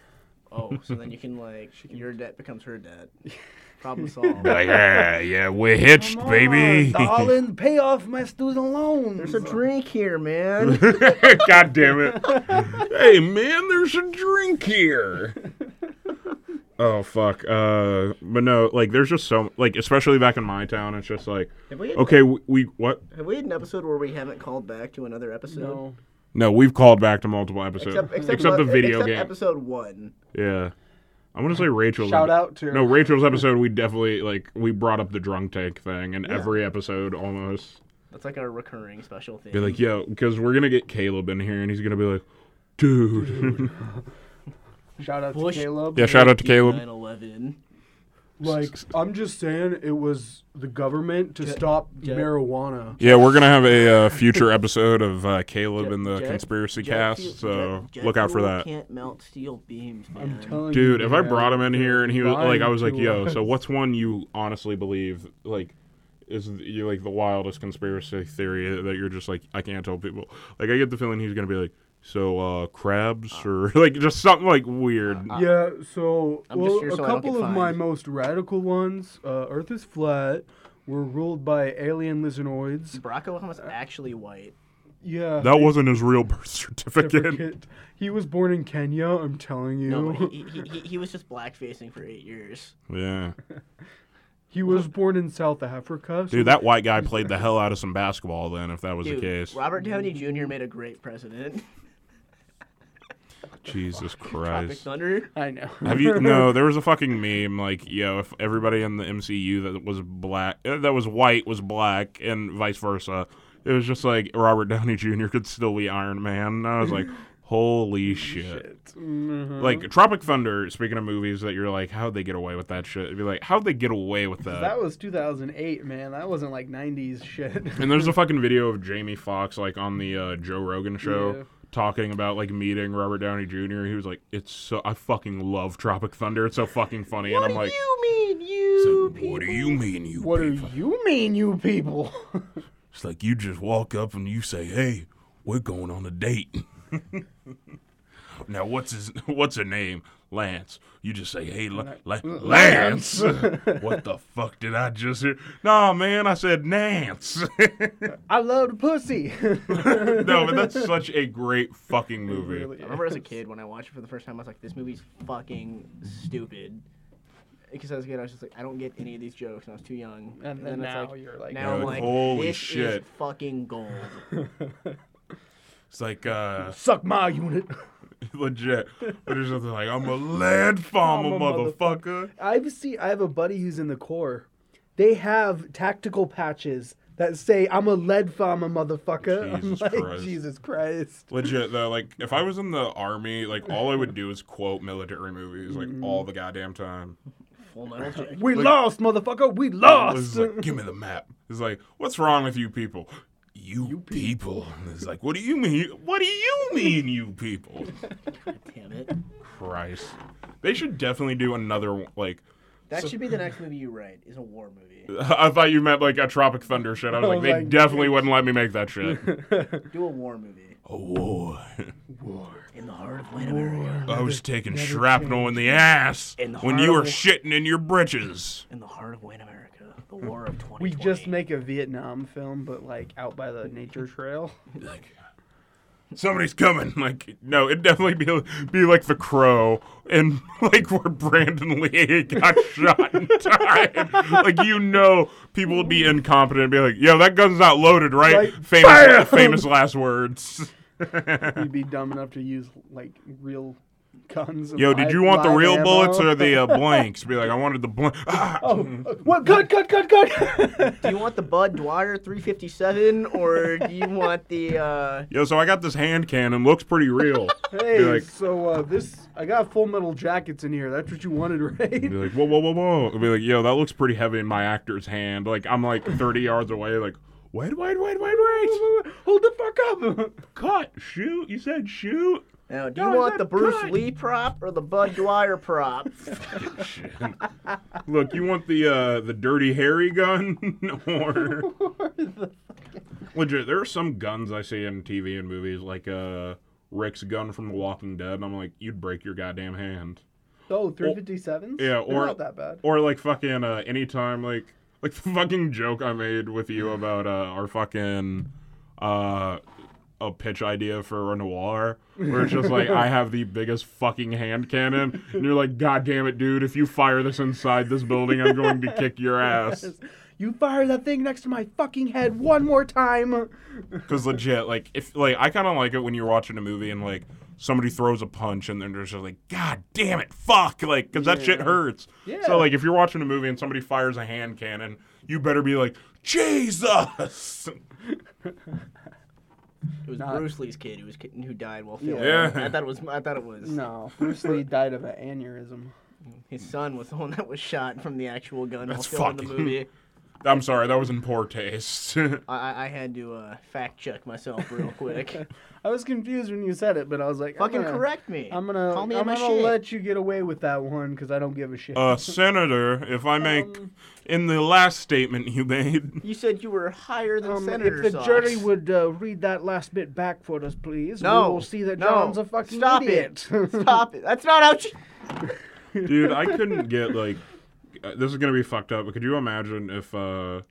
oh, so then you can like your debt becomes her debt. Problem solved. Like, yeah, yeah, we're hitched, Come baby. on, Oh, darling, pay off my student loans. There's a drink here, man. God damn it. hey man, there's a drink here. oh fuck. Uh but no, like there's just so like especially back in my town it's just like have, we had, okay, we, we what? have we had an episode where we haven't called back to another episode? no, No, we've called back to multiple episodes. Except, except, the mo- video except game. Episode one. yeah. I'm going to say Rachel. shout out to No, Rachel's episode we definitely like we brought up the drunk tank thing in every episode almost. That's like our recurring special thing. Be like, "Yo, cuz we're going to get Caleb in here and he's going to be like, dude. shout out Bush- to Caleb. yeah, shout out to Caleb. 9/11. Like, I'm just saying, it was the government to stop Jack- marijuana. Yeah, we're gonna have a uh, future episode of uh, Caleb in the Jack- conspiracy Jack cast, Fuel- so Jack- Jack look out for Fuel that. Can't melt steel beams, man. I'm telling Dude, you, if I man, brought him in you're here and he was lying like, I was like, to yo, us. so what's one you honestly believe, like, is you like the wildest conspiracy theory that you're just like, I can't tell people. Like, I get the feeling he's gonna be like, so uh, crabs or like just something like weird. Yeah, so Uh, I'm well, just here so a I don't get couple of my fined. most radical ones. Uh, Earth is flat. We're ruled by alien lizardoids. Barack Obama's actually white. Yeah, that wasn't his real birth certificate. certificate. He was born in Kenya. I'm telling you. No, but he, he, he, he was just blackfacing for eight years. Yeah, he was born in South Africa. so dude, that white guy played the hell out of some basketball then, if that was Dude, the case. Robert Downey Mm-hmm. Jr. made a great president. Jesus Tropic Christ. Thunder. I know. Have you no? There was a fucking meme like, yo, if everybody in the MCU that was black, uh, that was white, was black, and vice versa, it was just like Robert Downey Jr. could still be Iron Man. And I was like, holy shit. Mhm. Like Tropic Thunder. Speaking of movies that you're like, how'd they get away with that shit? It'd be like, how'd they get away with that? that was 2008, man. That wasn't like 90s shit. and there's a fucking video of Jamie Foxx like on the uh, Joe Rogan show. Yeah. Talking about like meeting Robert Downey Jr., he was like, "It's so I fucking love Tropic Thunder. It's so fucking funny." and I'm like, you mean, you What do you mean, you what do people? you mean, you people? It's like you just walk up and you say, "Hey, we're going on a date." now, what's his what's her name? Lance. You just say, "Hey, La- La- Lance." what the fuck did I just hear? Nah, man, I said Nance. I love the pussy. no, but that's such a great fucking movie. Really I remember as a kid when I watched it for the first time, I was like, "This movie's fucking stupid." Because as a kid, I was just like, "I don't get any of these jokes," and I was too young. And then it's now you're like- now I'm You're like, like, "Holy this shit." is fucking gold." It's like uh Suck my unit. legit. But it's something like I'm a lead farmer, Farmer, motherfucker. I've seen. I have a buddy who's in the Corps. They have tactical patches that say, "I'm a lead farmer, motherfucker." Jesus I'm like, Christ. Jesus Christ. Legit though, like if I was in the army, like all I would do is quote military movies like all the goddamn time. Full metal jacket. We lost, motherfucker. We It was lost. like, give me the map. It's like, what's wrong with you people? you, people. And it's like, what do you mean? What do you mean, you people? God damn it. Christ. They should definitely do another one, like. That should be the next movie you write. Is a war movie. I thought you meant like a Tropic Thunder shit. I was Oh like, they my definitely wouldn't let me make that shit. Do a war movie A war. in the heart of Latin America. I was taking shrapnel in the ass In the when heart you of were the- shitting in your britches. In the heart of Latin America, the War of 2020. We just make a Vietnam film, but like out by the nature trail. Like, somebody's coming. Like, no, it'd definitely be be like the crow and like where Brandon Lee got shot and died. Like, you know, people would be incompetent and be like, "Yo, that gun's not loaded, right?" Right. Bam! Famous, famous last words. We'd be dumb enough to use like real guns. and Yo, did live- you want the live real ammo. bullets or the uh, blanks? Be like, I wanted the blank. Ah! Oh, what? Cut! Cut! Cut! Cut! Do you want the Bud Dwyer 357 or do you want the? uh Yo, so I got this hand cannon. Looks pretty real. hey, Be like, so uh, this I got Full Metal Jackets in here. That's what you wanted, be right? like, whoa, whoa, whoa, whoa. I'll be like, yo, that looks pretty heavy in my actor's hand. Like, I'm like 30 yards away. Like, wait, wait, wait, wait, wait. Hold the fuck up! Cut. Shoot. You said shoot. Now, do you No, want that the Bruce gun. Lee prop or the Bud Dwyer prop? Shit. Look, you want the uh, the dirty hairy gun or legit? There are some guns I see in TV and movies, like uh, Rick's gun from The Walking Dead. And I'm like, you'd break your goddamn hand. Oh, 357s? Yeah, or- not that bad. Or like fucking uh, anytime like like the fucking joke I made with you about uh, our fucking uh, a pitch idea for a noir where it's just like I have the biggest fucking hand cannon and you're like, God damn it, dude, if you fire this inside this building I'm going to kick your ass. You fire that thing next to my fucking head one more time. Cause legit, like if like I kinda like it when you're watching a movie and like somebody throws a punch and then they're just like, God damn it, fuck like cause that shit Yeah. hurts. Yeah. So like if you're watching a movie and somebody fires a hand cannon, you better be like, Jesus It was Not- Bruce Lee's kid who was ki- who died while filming. Yeah. I thought it was. I thought it was. No, Bruce Lee died of an aneurysm. His son was the one that was shot from the actual gun That's while filming the fucking- movie. I'm sorry, that was in poor taste. I, I- I had to uh, fact check myself real quick. I was confused when you said it, but I was like, "Uh, Fucking I'm gonna, correct me. I'm gonna, call me I'm on my gonna shit. let you get away with that one because I don't give a shit. uh senator, if I make Um. in the last statement you made You said you were higher than Um, Senator if the Sauce. jury would uh, read that last bit back for us, please, No, we will see that no, John's a fucking stop idiot. Stop it. That's not how. She... Dude, I couldn't get like uh, this is gonna be fucked up. But could you imagine if uh,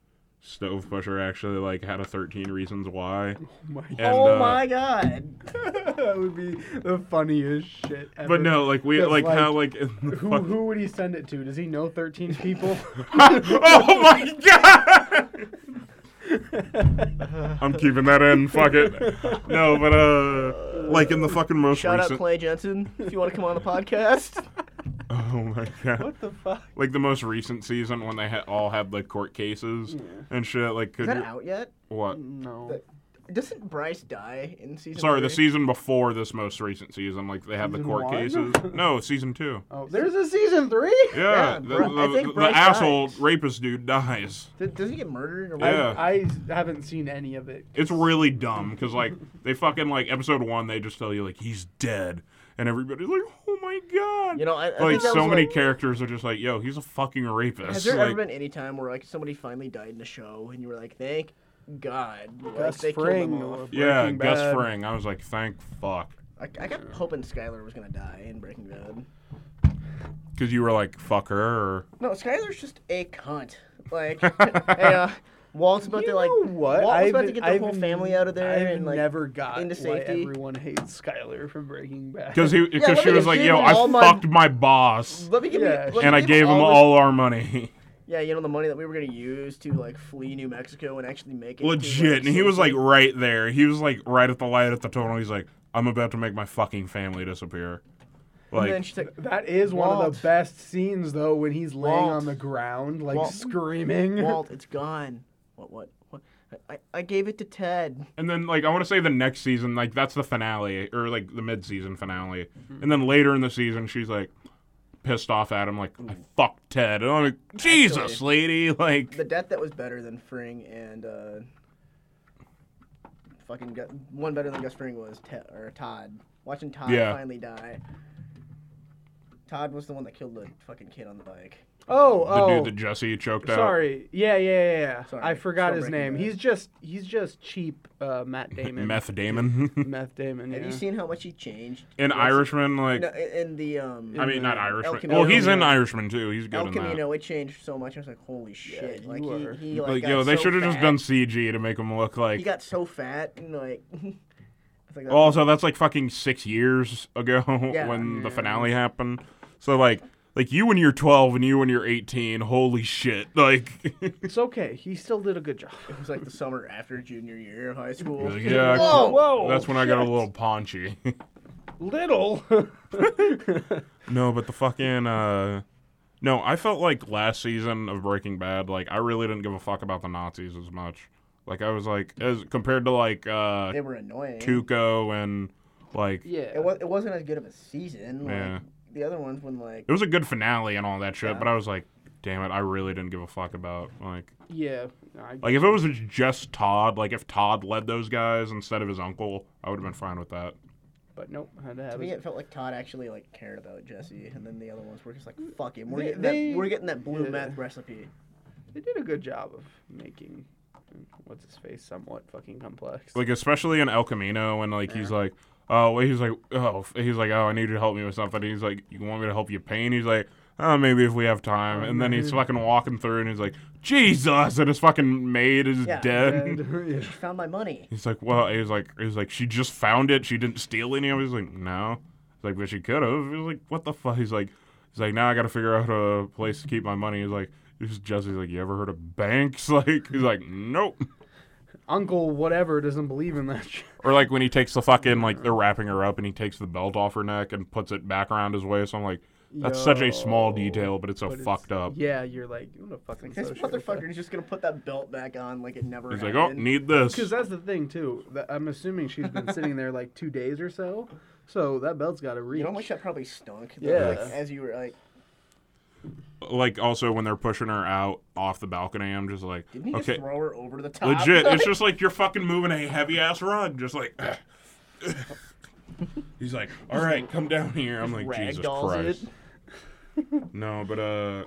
Stove Pusher actually like had a thirteen reasons why? My- And, oh uh, my god. that would be the funniest shit ever. But no, like we If, like, like, how like in the Who, fuck- who would he send it to? Does he know 13 people? oh my god! I'm keeping that in. Fuck it. No, but uh, like in the fucking most Shout out recent. Clay Jensen if you want to come on the podcast. oh my god. what the fuck? Like the most recent season when they ha- all had like court cases and shit. Like Is could that you, out yet? what? Mm-hmm. No. Doesn't Bryce die in season? Sorry, the three? season before this e- most recent season, like they have the Season court one? cases. No, season two. Oh, there's a season three? Yeah, Yeah, the, Bri- I the- think the Bryce asshole dies. rapist dude dies. Th- Does he get murdered or Yeah. what? I, I haven't seen any of it. It's really dumb because like they fucking like episode one, they just tell you like he's dead, and everybody's like, oh my god. You know, I, I like think that so was, many like- characters are just like, yo, he's a fucking rapist. Has there like, ever been any time where like somebody finally died in a show and you were like, thank God, like, Gus they killed Fring. them off? yeah, Breaking Gus Bad. Fring. I was like, thank fuck, I, I kept hoping Skylar was gonna die in Breaking Bad. because you were like, fuck her. Or... No, Skylar's just a cunt. Like, hey, uh, Walt's about You to like, know what? Walt was I've, about to get the I've whole family out of there I've and like, never got into why safety. everyone hates Skyler from Breaking Bad. Because he, because let she me was like, give yo, him I all my- fucked my boss, let me give Yeah. me, let me and I give gave him all. this- all our money. yeah, you know the money that we were gonna use to like flee New Mexico and actually make it. to, legit. And he was like right there. He was like right at the light at the tunnel. He's like, I'm about to make my fucking family disappear. and then Like, she's like, That is one of Walt. the best scenes, though, when he's laying Walt. on the ground, like Walt. screaming. Walt, it's gone. What? What? What? I, I gave it to Ted. and then like I want to say the next season, like that's the finale or like the mid-season finale. Mm-hmm. And then later in the season, she's like pissed off at him, like I fucked Ted. And I'm like, Jesus, lady, like The death that was better than Fring and uh, fucking Gu- one better than Gus Fring was Te- or Todd. Watching Todd Yeah. finally die. Todd was the one that killed the fucking kid on the bike. Oh, The oh. dude that Jesse choked out. Sorry. Yeah, yeah, yeah. yeah. Sorry. I forgot Still his breaking name. bad. He's just he's just cheap uh, Matt Damon. Meth Damon. Meth Damon. Yeah. Have you seen how much he changed? An Irishman, like. No, i- in the um. I mean, not El Irishman. Camino. Well, he's in Irishman too. He's good El in that. Camino, it changed so much. I was like, holy shit! you like are- he, he like, Like, got yo, they so should have just fat. done CG to make him look He like. got so fat and like. I think that's- Also, Oh, that's like fucking six years ago Yeah. when the Yeah. finale happened. So like, like you when you're 12 and you when you're 18. Holy shit! Like, It's okay. He still did a good job. It was like the summer after junior year of high school. Like, yeah, Whoa, whoa. that's when I got a Oh, shit. little paunchy. little. No, but the fucking uh no, I felt like last season of Breaking Bad, like I really didn't give a fuck about the Nazis as much. Like I was like as compared to like uh They were annoying. Tuco and like yeah. It, was, it wasn't as good of a season. Like, Yeah. The other ones when like it was a good finale and all that shit, Yeah. but I was like, damn it, I really didn't give a fuck about like Yeah. I, like if it was just Todd, like if Todd led those guys instead of his uncle, I would have been fine with that. but nope. Had to to have me it. it felt like Todd actually like cared about Jesse, and then the other ones were just like fuck him. We're They- getting they- that we're getting that blue yeah. meth recipe. They did a good job of making what's his face somewhat fucking complex. Like especially in El Camino when like he's like, oh, wait, he's like, oh, f- he's like, oh, I need you to help me with something. He's like, you want me to help you paint? He's like, oh, maybe if we have time. And then Mm-hmm. he's fucking walking through and he's like, Jesus, and his fucking maid is Yeah. dead. She found my money. He's like, well, he's like, he's like, she just found it. She didn't steal any of it. He's like, no. He's like, but she could have. He's like, what the fuck? He's like, he's like, now I got to figure out a place to keep my money. He's like, he's Jesse's like, you ever heard of banks? Like, he's like, nope. Uncle whatever doesn't believe in that shit. Or like when he takes the fucking like they're wrapping her up and he takes the belt off her neck and puts it back around his waist. I'm like, that's such a small Yo, detail, but it's so but it's- fucked up. Yeah, you're like, you want to fucking This motherfucker is just gonna put that belt back on like it never. He's like, happened. oh, need this. Because that's the thing too. That I'm assuming she's been sitting there like two days or so, so that belt's got to reach. You know how much that probably stunk. Yeah. Like, as you were like, Like also when they're pushing her out off the balcony, I'm just like, didn't he okay, just throw her over the top? legit. It's just like you're fucking moving a heavy ass rug, just like. He's like, all right, come down here. I'm like, Jesus ragdolls Christ. it. No, but uh,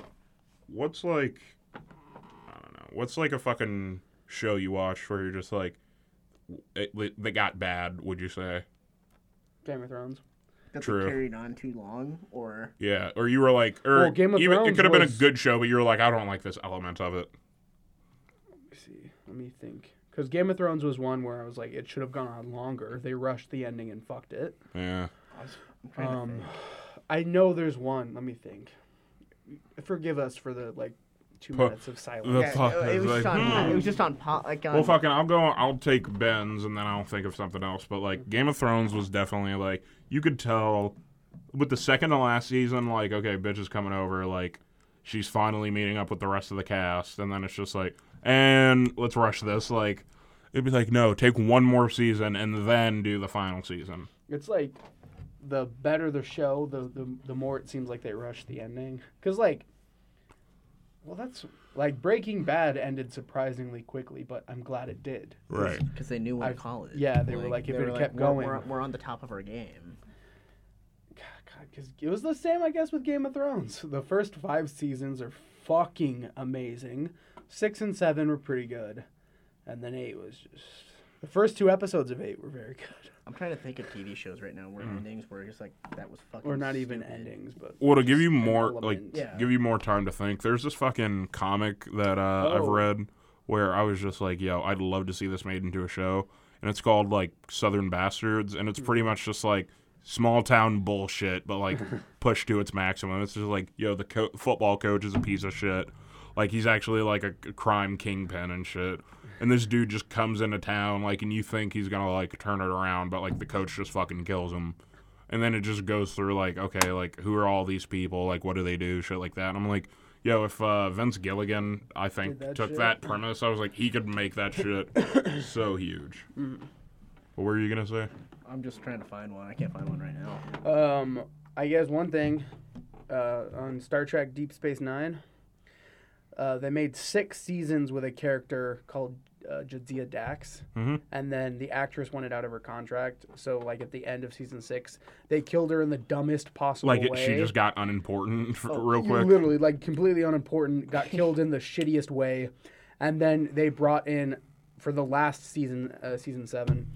what's like, I don't know, what's like a fucking show you watch where you're just like, it, it- they got bad? Would you say? Game of Thrones. That they True. carried on too long, or Yeah, or you were like, or Well, Game of even it Thrones could have been a was- good show, but you were like, I don't like this element of it. Let me see. Let me think. Because Game of Thrones was one where I was like, it should have gone on longer. They rushed the ending and fucked it. Yeah, I was, I'm trying to Um, I know there's one. Let me think. Forgive us for the like two Pu- minutes of silence. the- Yeah, fuck, uh, I it was was just like, on. hmm. It was just on pot. Like on. Well, fucking, I'll go. I'll take Ben's, and then I'll think of something else. But like, Game of Thrones was definitely like you could tell with the second to last season. Like, okay, bitch is coming over. Like, she's finally meeting up with the rest of the cast, and then it's just like, and let's rush this. Like, it'd be like, no, take one more season and then do the final season. It's like the better the show, the the, the more it seems like they rush the ending. Because like, well, that's like Breaking Bad ended surprisingly quickly, but I'm glad it did. Right. Because they knew when to I've- call it. yeah, they were like, if they it were kept we're- going. we're, we're on the top of our game. because it was the same, I guess, with Game of Thrones. The first five seasons are fucking amazing. Six and seven were pretty good, and then eight was just the first two episodes of eight were very good, I'm trying to think of TV shows right now where Mm. endings were just like that was fucking. or not even stupid. endings, but Well, to give you just an more, like, element. Yeah. give you more time to think. There's this fucking comic that uh, I've Oh. read where I was just like, yo, I'd love to see this made into a show. And it's called, like, Southern Bastards. And it's pretty much just like small town bullshit, but like pushed to its maximum. It's just like, yo, the co- football coach is a piece of shit. Like, he's actually like a c- crime kingpin and shit. And this dude just comes into town, like, and you think he's gonna, like, turn it around, but, like, the coach just fucking kills him. And then it just goes through like, okay, like who are all these people? Like what do they do? Shit like that. And I'm like, yo, if uh, Vince Gilligan, I think, Did that took shit. that premise, I was like, he could make that shit so huge. What were you gonna say? I'm just trying to find one. I can't find one right now. Um, I guess one thing uh, on Star Trek Deep Space Nine, uh, they made six seasons with a character called uh, Jadzia Dax, Mhm. and then the actress wanted out of her contract. So like at the end of season six, they killed her in the dumbest possible Like way. it, she just got unimportant for, Oh, real You quick. Literally, like completely unimportant, got killed in the shittiest way, and then they brought in for the last season, uh, season seven.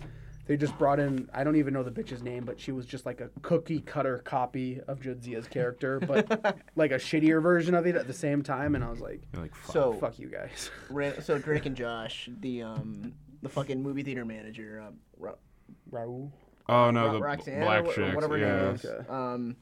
They just brought in I don't even know the bitch's name, but she was just like a cookie cutter copy of Jodzia's character, but like a shittier version of it at the same time. And I was like, You're like, fuck. So "Fuck you guys." Ra- so Drake and Josh, the um the fucking movie theater manager, um, Ro- Raul. oh no, Ro- the Roxanne, or black wha- or chick. whatever her yeah. name is, um,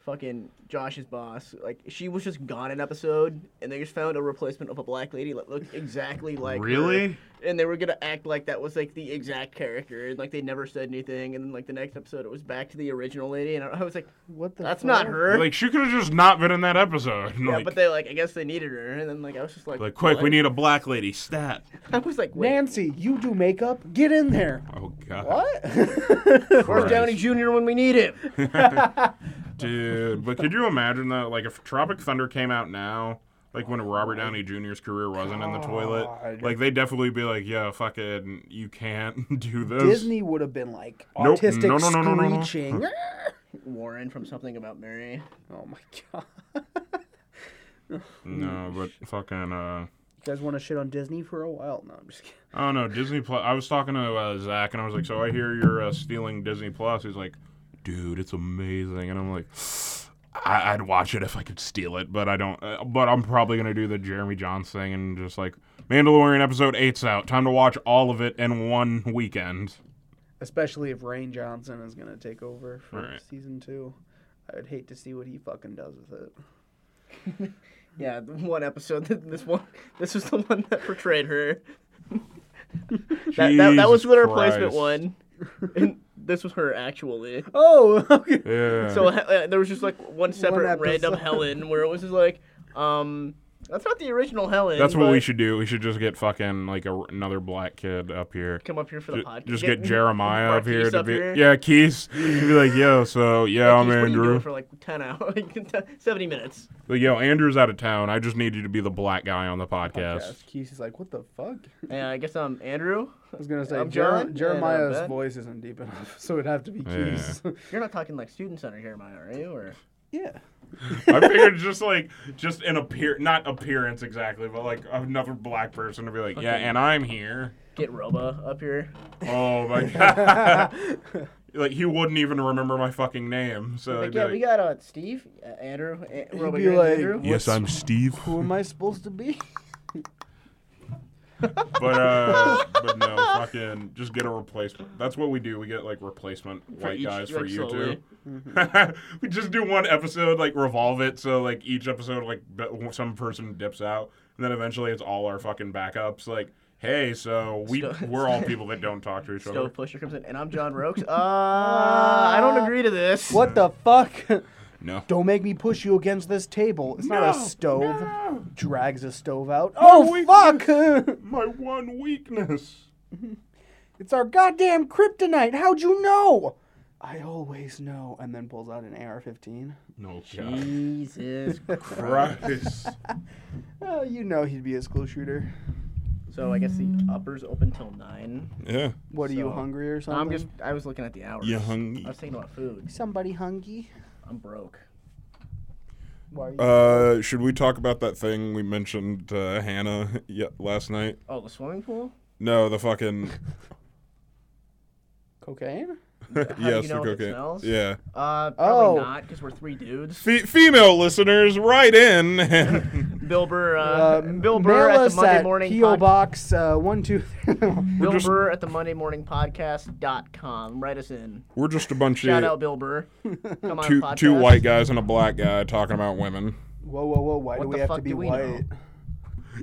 fucking Josh's boss, like she was just gone an episode, and they just found a replacement of a black lady that looked exactly like her. Really? and they were gonna act like that was like the exact character, and like they never said anything, and then like the next episode it was back to the original lady, and I I was like, What the? that's not fuck? her. Like she could have just not been in that episode. yeah, like, but they like I guess they needed her, and then like I was just like, like quick, we what? need a black lady stat. I was like, wait, Nancy, you do makeup. Get in there. Oh god. What? where's Christ. Downey Jr. when we need him? Dude, but could you imagine that? Like, if Tropic Thunder came out now, like when Robert Downey Jr.'s career wasn't in the toilet, God. like they'd definitely be like, "Yeah, fucking, you can't do this." Disney would have been like Nope. autistic No, no, no, no, no, no. screeching. Warren from Something About Mary. Oh my god. No, but fucking. uh You guys want to shit on Disney for a while? No, I'm just kidding. I don't know. Disney Plus. I was talking to uh, Zach, and I was like, "So I hear you're uh, stealing Disney Plus." He's like, "Dude, it's amazing," and I'm like. I- I'd watch it if I could steal it, but I don't. Uh, but I'm probably gonna do the Jeremy Johns thing and just like Mandalorian episode eight's out. Time to watch all of it in one weekend. Especially if Rain Johnson is gonna take over for Right. season two. I would hate to see what he fucking does with it. Yeah, the one episode. that- This one. This was the one that portrayed her. That, that, that was Jesus the replacement Christ. one. And this was her actually. Oh, okay. Yeah. So uh, there was just like one separate random episode. Helen where it was just like, um, that's not the original Helen. that's what but we should do. We should just get fucking like a, another black kid up here. come up here for the Ju- podcast. Just get Jeremiah our up here Keiths to up be here. yeah, Keith. He'd be like, yo, so yeah, Like, I'm he's- what are you doing Andrew. for like ten hours, seventy minutes. Like, yo, Andrew's out of town. I just need you to be the black guy on the podcast. Podcast. Keith is like, what the fuck? Yeah, I guess I'm Andrew. I was gonna say I'm Jer- John, and I'm Jeremiah's Ben. voice isn't deep enough, so it'd have to be Yeah. Keith. You're not talking like student center Jeremiah, are you? Or yeah. I figured just like just an appear not appearance exactly, but like another black person to be like, yeah, Okay. and I'm here. get Roba up here. Oh my god. like he wouldn't even remember my fucking name. So Like, he'd be yeah, like, we got uh, Steve, uh, Andrew, A- Roba, be you're like, Andrew. Yes, I'm Steve. Who am I supposed to be? But uh, but no, fucking just get a replacement. That's what we do. We get like replacement white each- guys for like, you slowly. two. we just do one episode, like revolve it, so like each episode, like be- some person dips out, and then eventually it's all our fucking backups. Like, hey, so we Sto- we're all people that don't talk to each other. Stove pusher comes in, and I'm John Rokes. Uh, I don't agree to this. What the fuck? No. Don't make me push you against this table. It's not No, a stove. no. Drags a stove out. Oh, we- fuck! My one weakness. it's our goddamn kryptonite. How'd you know? I always know. And then pulls out an AR-15. No. God. Jesus Christ. Christ. Oh, you know he'd be a school shooter. So I guess the uppers open till nine. yeah. What are you So- hungry or something? I'm just. I was looking at the hours. You hungry? I was thinking about food. somebody hungry. I'm broke. Why are you? Uh, should we talk about that thing we mentioned uh, Hannah yeah, last night? Oh, the swimming pool. No, the fucking Cocaine? do you know if it smells? Yeah. Uh, probably Oh. not, because we're three dudes. Fe- female listeners, write in. Bill Burr. Uh, m- Bill Burr Um, mail at us the Monday at morning. PO pod- Box uh, one two. Bill just- Burr at the Monday morning podcast dot com. Write us in. We're just a bunch Shout of out Bill Burr. Come on, two podcast. two white guys and a black guy talking about women. whoa, whoa, whoa! Why What do the we have fuck to be do we know? white?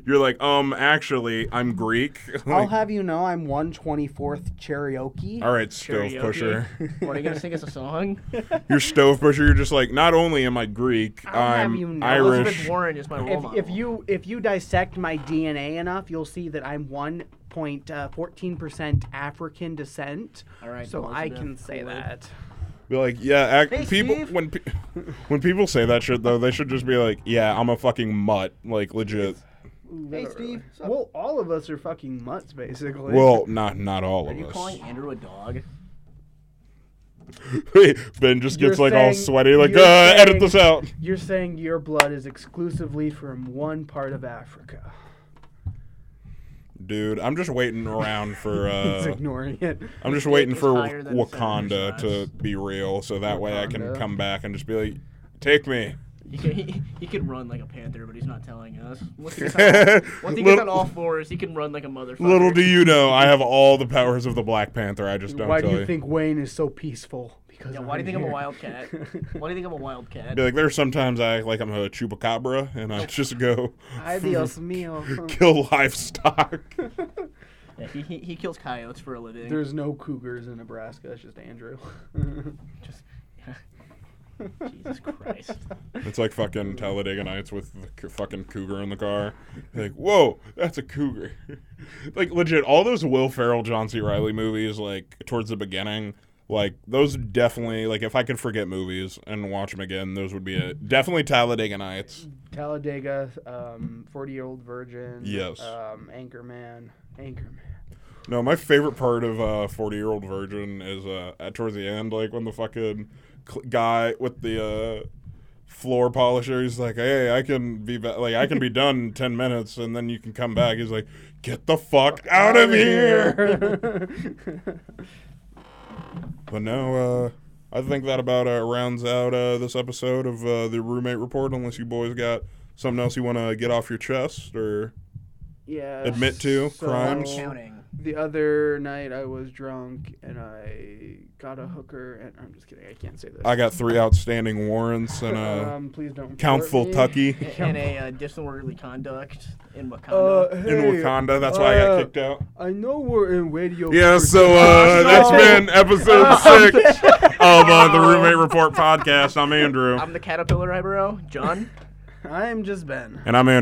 You're like, um, actually, I'm Greek. I'll Like, have you know, I'm one twenty fourth Cherokee. all right, stove Karaoke. pusher. What are you gonna sing us a song? You're stove pusher. You're just like, not only am I Greek, have I'm you know- Irish. Elizabeth Warren is my role if, model. if you if you dissect my DNA enough, you'll see that I'm one point uh, fourteen percent African descent. All right, so I Elizabeth, can say cool it. that. Be like, yeah, act, Hey, people. Steve. When pe- when people say that shit though, they should just be like, yeah, I'm a fucking mutt. Like legit. Hey, Literally. Steve. Sup? Well, all of us are fucking mutts, basically. Well, not not all Are of you us. calling Andrew a dog? ben just You're gets like all saying- sweaty, like, uh, you're saying- edit this out. You're saying your blood is exclusively from one part of Africa. Dude, I'm just waiting around for. He's Uh, ignoring it. I'm just waiting It's for higher than Wakanda to Senator's be real, so that way I can Wakanda. come back and just be like, "Take me." He can, he, he can run like a panther, but he's not telling us. Once he gets on, once he gets on little, all fours, he can run like a motherfucker. little do you know, I have all the powers of the Black Panther. I just don't Why do tell you think Wayne is so peaceful? Because Yeah, why do you think I'm a here. wildcat? Why do you think I'm a wildcat? Be like, there's sometimes I act like I'm a chupacabra, and I just go Ay, Dios mío. kill livestock. Yeah, he, he, he kills coyotes for a living. There's no cougars in Nebraska. It's just Andrew. Just, Jesus Christ. It's like fucking Talladega Nights with the c- fucking cougar in the car. Like, whoa, that's a cougar. like, legit, all those Will Ferrell, John C. Riley movies, like, towards the beginning, like, those definitely, like, if I could forget movies and watch them again, those would be it. Definitely Talladega Nights. Talladega, um, 40 year old virgin. Yes. Um, Anchorman. Anchorman. No, my favorite part of uh, 40 Year Old Virgin is uh, at, towards the end, like, when the fucking cl- guy with the. Uh, floor polisher. He's like, "Hey, I can be ba- like I can be done in ten minutes, and then you can come back." He's like, "Get the fuck out of here!" But no, uh, I think that about uh, rounds out uh, this episode of uh, the roommate report. Unless you boys got something else you want to get off your chest or yeah. Admit to I'm crimes. counting. The other night I was drunk and I got a hooker and I'm just kidding. I can't say this. I got three outstanding warrants and uh, um, please don't. Count report me. Tucky And a uh, disorderly conduct in Wakanda. Uh, in hey, Wakanda. That's why I got uh, kicked out. I know we're in radio. Yeah, so uh, Oh, that's no. been episode six of uh, the Roommate Report podcast. I'm Andrew, I'm the caterpillar eyebrow, John. I'm just Ben. and I'm Andrew.